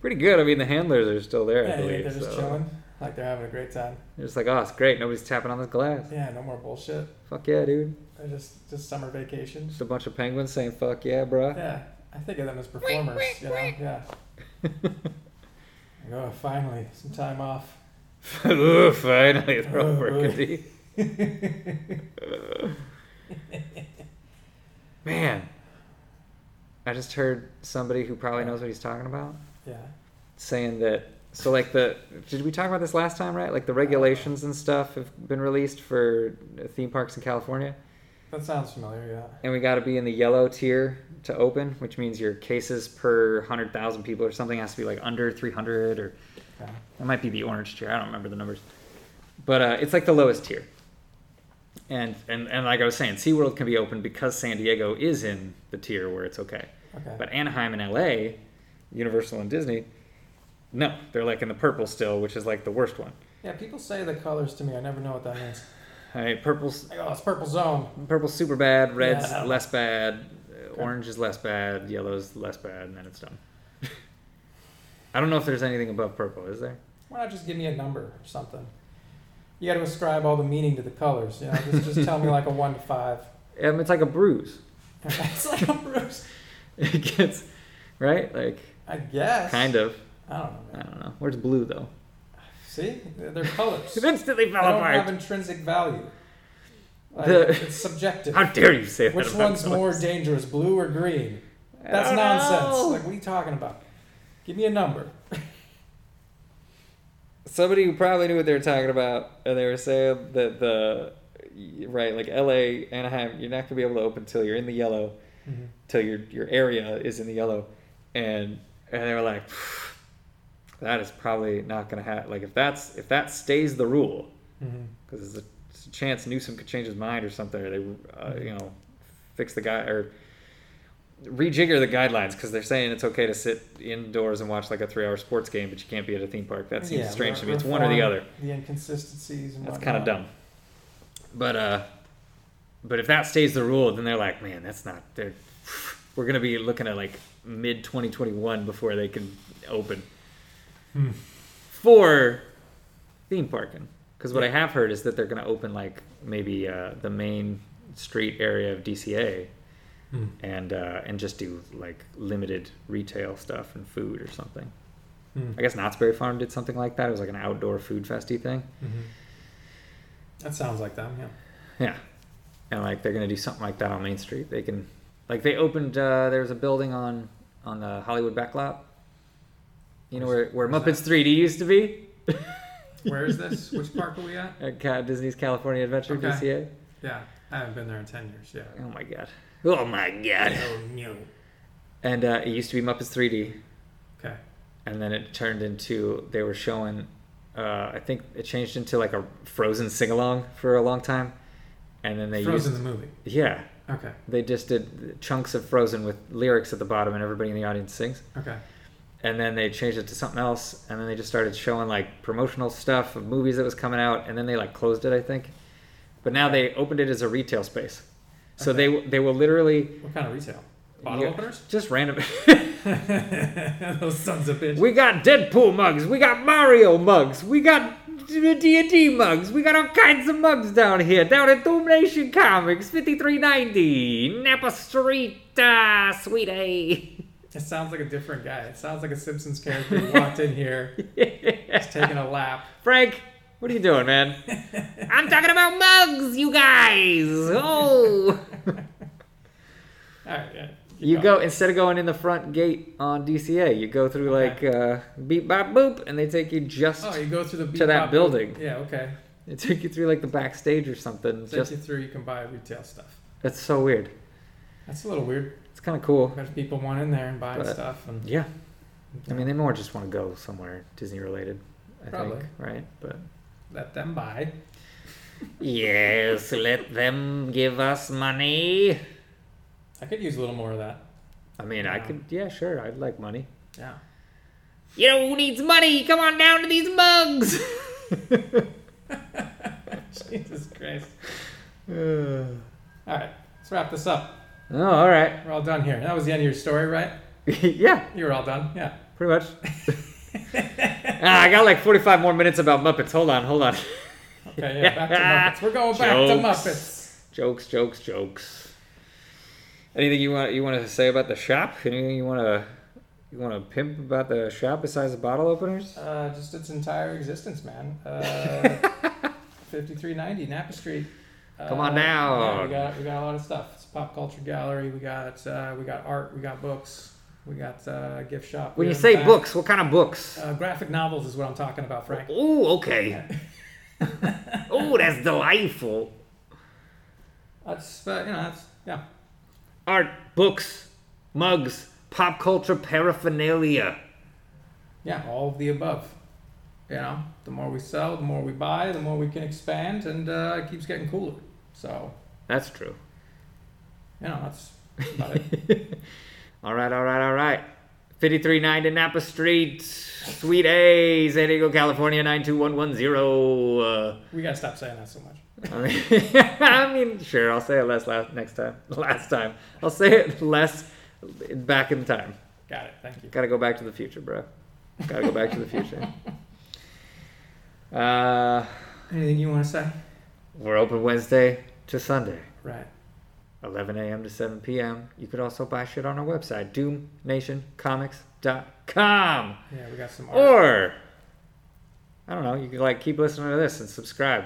B: Pretty good. I mean, the handlers are still there, I
C: yeah, you think
B: believe.
C: they're just
B: so.
C: chilling. Like they're having a great time.
B: They're just like, oh, it's great. Nobody's tapping on this glass.
C: Yeah, no more bullshit.
B: Fuck yeah, dude.
C: They're just just summer vacation.
B: Just a bunch of penguins saying, fuck yeah, bruh.
C: Yeah, I think of them as performers. you know, yeah. Like, oh, finally, some time off.
B: Ooh, finally, they're all
C: Oh, boy.
B: burgundy. Man, I just heard somebody who probably knows what he's talking about
C: Yeah.
B: saying that. So, like the, did we talk about this last time? Right, like the regulations and stuff have been released for theme parks in California,
C: That sounds familiar, yeah.
B: and we got to be in the yellow tier to open, which means your cases per hundred thousand people or something has to be like under three hundred or
C: Okay.
B: It might be the orange tier. I don't remember the numbers, but uh, it's like the lowest tier. And and and like I was saying, SeaWorld can be open because San Diego is in the tier where it's okay.
C: Okay.
B: But Anaheim and LA, Universal and Disney, no, they're like in the purple still, which is like the worst one.
C: yeah, people say the colors to me. I never know what that means.
B: All right, purple's
C: Like, oh, it's purple zone.
B: purple's super bad, red's
C: Yeah.
B: less bad, uh, orange is less bad, yellow's less bad, and then it's done. I don't know if there's anything above purple, is there?
C: Why not just give me a number or something? You got to ascribe all the meaning to the colors. You know, just, just tell me like a one to five.
B: Um, it's like a bruise.
C: it's like a Bruce.
B: It gets right, like
C: I guess.
B: kind of.
C: I don't know.
B: I
C: Man.
B: don't know. Where's blue though?
C: See, they're they're colors.
B: It instantly
C: They
B: fell
C: don't have
B: apart.
C: intrinsic value. Like,
B: The-
C: it's subjective.
B: How dare you say that?
C: Which
B: about
C: one's
B: color?
C: more dangerous, blue or green?
B: I
C: That's
B: don't
C: nonsense.
B: know.
C: Like, what are you talking about? Give me a number.
B: Somebody who probably knew what they were talking about, and they were saying that the right, like L.A., Anaheim, you're not gonna be able to open till you're in the yellow,
C: Mm-hmm,
B: till your your area is in the yellow, and and they were like, "Phew, that is probably not gonna happen. Like if that's if that stays the rule,
C: mm-hmm.
B: because there's a, there's a chance Newsom could change his mind or something, or they, uh, you know, fix the guy or rejigger the guidelines because they're saying it's okay to sit indoors and watch like a three-hour sports game, but you can't be at a theme park. That seems
C: Yeah,
B: strange to me.
C: re-
B: It's one or the
C: reform
B: other.
C: The inconsistencies and
B: That's kind of
C: whatnot.
B: dumb. But uh, but if that stays the rule, then they're like, man, that's not. They're we're gonna be looking at like mid 2021 before they can open
C: Hmm,
B: for theme parking. Because what I have heard is that they're gonna open like maybe uh, the main street area of DCA.
D: Hmm.
B: And uh, and just do like limited retail stuff and food or something.
D: Hmm.
B: I guess Knott's Berry Farm did something like that. It was like an outdoor food festy thing.
C: Mm-hmm. That sounds like them, yeah.
B: Yeah. And like they're gonna do something like that on Main Street. They can like they opened uh there was a building on on the Hollywood backlot. You know where where Muppets three D used to be?
C: Where is this? Which park are we at?
B: At Ca- Disney's California Adventure
C: Okay.
B: DCA.
C: Yeah, I haven't been there in 10 years, yeah.
B: Oh my god. Oh my god.
C: Oh, no.
B: And uh it used to be Muppets three D
C: Okay.
B: and then it turned into they were showing uh I think it changed into like a frozen sing along for a long time. And then they
C: Frozen
B: used
C: the movie.
B: Yeah.
C: Okay,
B: They just did chunks of Frozen with lyrics at the bottom, and everybody in the audience sings.
C: okay.
B: And then they changed it to something else, and then they just started showing like promotional stuff of movies that was coming out, and then they like closed it, I think. But now they opened it as a retail space, so they they will literally
C: What kind of retail? Bottle
B: Yeah.
C: openers?
B: just random.
C: Those sons of bitches.
B: we got Deadpool mugs, we got Mario mugs, we got D and D mugs, we got all kinds of mugs down here, down at Doom Nation Comics, fifty three ninety Napa Street, uh, Sweet A.
C: It sounds like a different guy. It sounds like a Simpsons character who walked in here, just taking a lap.
B: Frank, what are you doing, man? I'm talking about mugs, you guys. Oh,
C: All right, yeah.
B: You go instead of going in the front gate on DCA, you go through
C: Okay.
B: like uh, beep bop boop, and they take you just
C: Oh, you go through the
B: to that
C: Bebop-
B: building.
C: Yeah, okay.
B: They take you through like the backstage or something.
C: Take
B: Just
C: you through. You can buy retail stuff.
B: that's so weird.
C: That's a little weird.
B: It's kind of cool.
C: There's people want in there and buying
B: But-
C: stuff, and
B: Yeah, I mean they more just want to go somewhere Disney related. I
C: Probably.
B: think right, but
C: let them buy.
B: yes, let them give us money.
C: I could use a little more of that.
B: I mean, I
C: Yeah.
B: could yeah, sure, I'd like money.
C: Yeah.
B: You know who needs money? Come on down to these mugs.
C: Jesus Christ.
B: oh,
C: All right, let's wrap this up.
B: all right.
C: We're all done here. That was the end of your story, right?
B: yeah,
C: You were all done. Yeah.
B: pretty much. ah, I got like 45 more minutes about Muppets. Hold on, hold on.
C: Okay. Yeah. Back to Muppets. We're going back
B: Jokes.
C: to Muppets.
B: jokes, jokes, jokes. Anything you want you want to say about the shop? Anything you want to you want to pimp about the shop besides the bottle openers?
C: Uh, just its entire existence, man. Uh, Fifty-three ninety Napa Street.
B: Come on
C: Uh,
B: down.
C: Yeah, we got we got a lot of stuff. It's a pop culture gallery. We got uh, we got art. We got books. We got uh, gift shop.
B: When
C: We
B: you
C: got
B: say
C: back-
B: books, what kind of books?
C: uh, graphic novels is what I'm talking about, Frank.
B: Ooh, okay. Ooh, that's delightful.
C: That's uh, you know that's yeah.
B: Art, books, mugs, pop culture paraphernalia.
C: yeah, all of the above. You know, the more we sell, the more we buy, the more we can expand, and uh, it keeps getting cooler. So,
B: That's true.
C: you know, that's about it.
B: All right, all right, all right. 5390 Napa Street, Suite A, San Diego, California, 92110. Uh,
C: we gotta stop saying that so much.
B: I mean, I mean, sure, I'll say it less last, next time. Last time. I'll say it less back in time.
C: Got it. Thank you.
B: Gotta go back to the future, bro. Gotta go back to the future. Uh,
C: Anything you want to say?
B: we're open Wednesday to Sunday.
C: Right.
B: 11 a.m. to 7 p.m. You could also buy shit on our website, doomnationcomics.com.
C: Yeah, we got some
B: Oh.
C: art.
B: Or, I don't know, you could like keep listening to this and subscribe.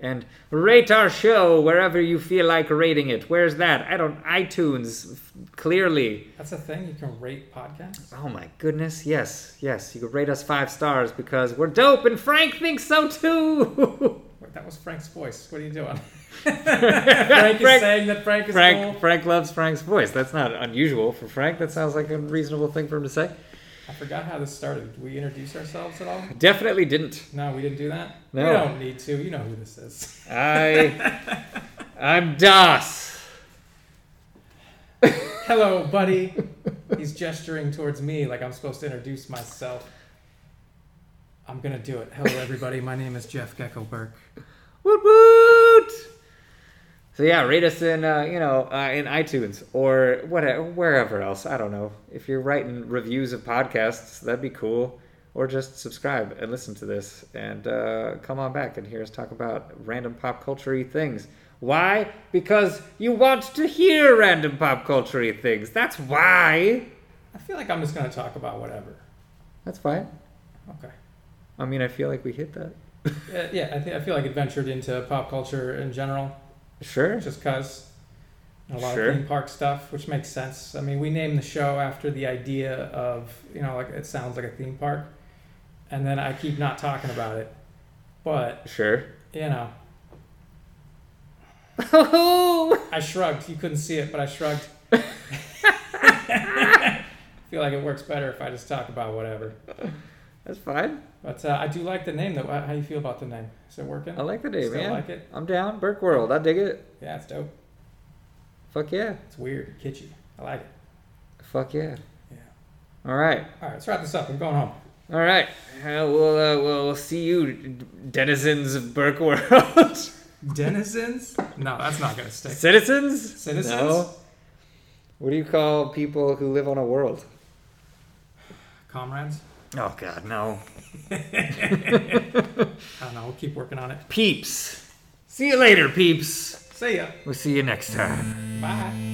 B: And rate our show wherever you feel like rating it. Where's that? I don't, iTunes, f- clearly.
C: That's a thing. You can rate podcasts.
B: Oh my goodness, yes, yes. You could rate us five stars because we're dope and Frank thinks so too.
C: Wait, that was Frank's voice. What are you doing? Frank,
B: Frank,
C: is
B: Frank,
C: saying that Frank is
B: Frank,
C: cool.
B: loves Frank's voice. That's not unusual for Frank. That sounds like a reasonable thing for him to say.
C: I forgot how this started. Did we introduce ourselves at all?
B: Definitely didn't.
C: No, we didn't do that.
B: No.
C: We don't need to. You know who this is.
B: I, I'm Das.
C: Hello, buddy. He's gesturing towards me like I'm supposed to introduce myself. I'm gonna do it. Hello, everybody. My name is Jeff Gecko Burke.
B: Woot woot! So yeah, rate us in uh, you know uh, in iTunes or whatever, wherever else. I don't know. If you're writing reviews of podcasts, that'd be cool. Or just subscribe and listen to this, and uh, come on back and hear us talk about random pop culture things. Why? Because you want to hear random pop culture things. That's why.
C: I feel like I'm just gonna talk about whatever.
B: That's fine.
C: Okay.
B: I mean, I feel like we hit that.
C: Uh, yeah, I, think I feel like it ventured into pop culture in general,
B: Sure.
C: just cause a lot
B: Sure.
C: of theme park stuff, which makes sense. I mean, we named the show after the idea of you know, like it sounds like a theme park, and then I keep not talking about it, but
B: Sure.
C: you know, I shrugged. You couldn't see it, but I shrugged. I feel like it works better if I just talk about whatever.
B: That's fine. uh,
C: But uh, I do like the name, though. How how you feel about the name? Is it working?
B: I like the name,
C: Still
B: man.
C: like it?
B: I'm down. Burke World. I dig it.
C: Yeah, it's dope.
B: Fuck yeah.
C: It's weird, kitschy. I like it.
B: Fuck yeah.
C: Yeah.
B: All right.
C: All right, let's wrap this up. I'm going home.
B: All right. Uh, we'll, uh, we'll we'll see you, d- denizens of Burke World.
C: Denizens? No, that's not gonna stick.
B: Citizens?
C: Citizens?
B: No. What do you call people who live on a world?
C: Comrades?
B: Oh, God, no.
C: I don't know. We'll keep working on it.
B: Peeps. See you later, peeps.
C: See ya.
B: We'll see you next time.
C: Bye.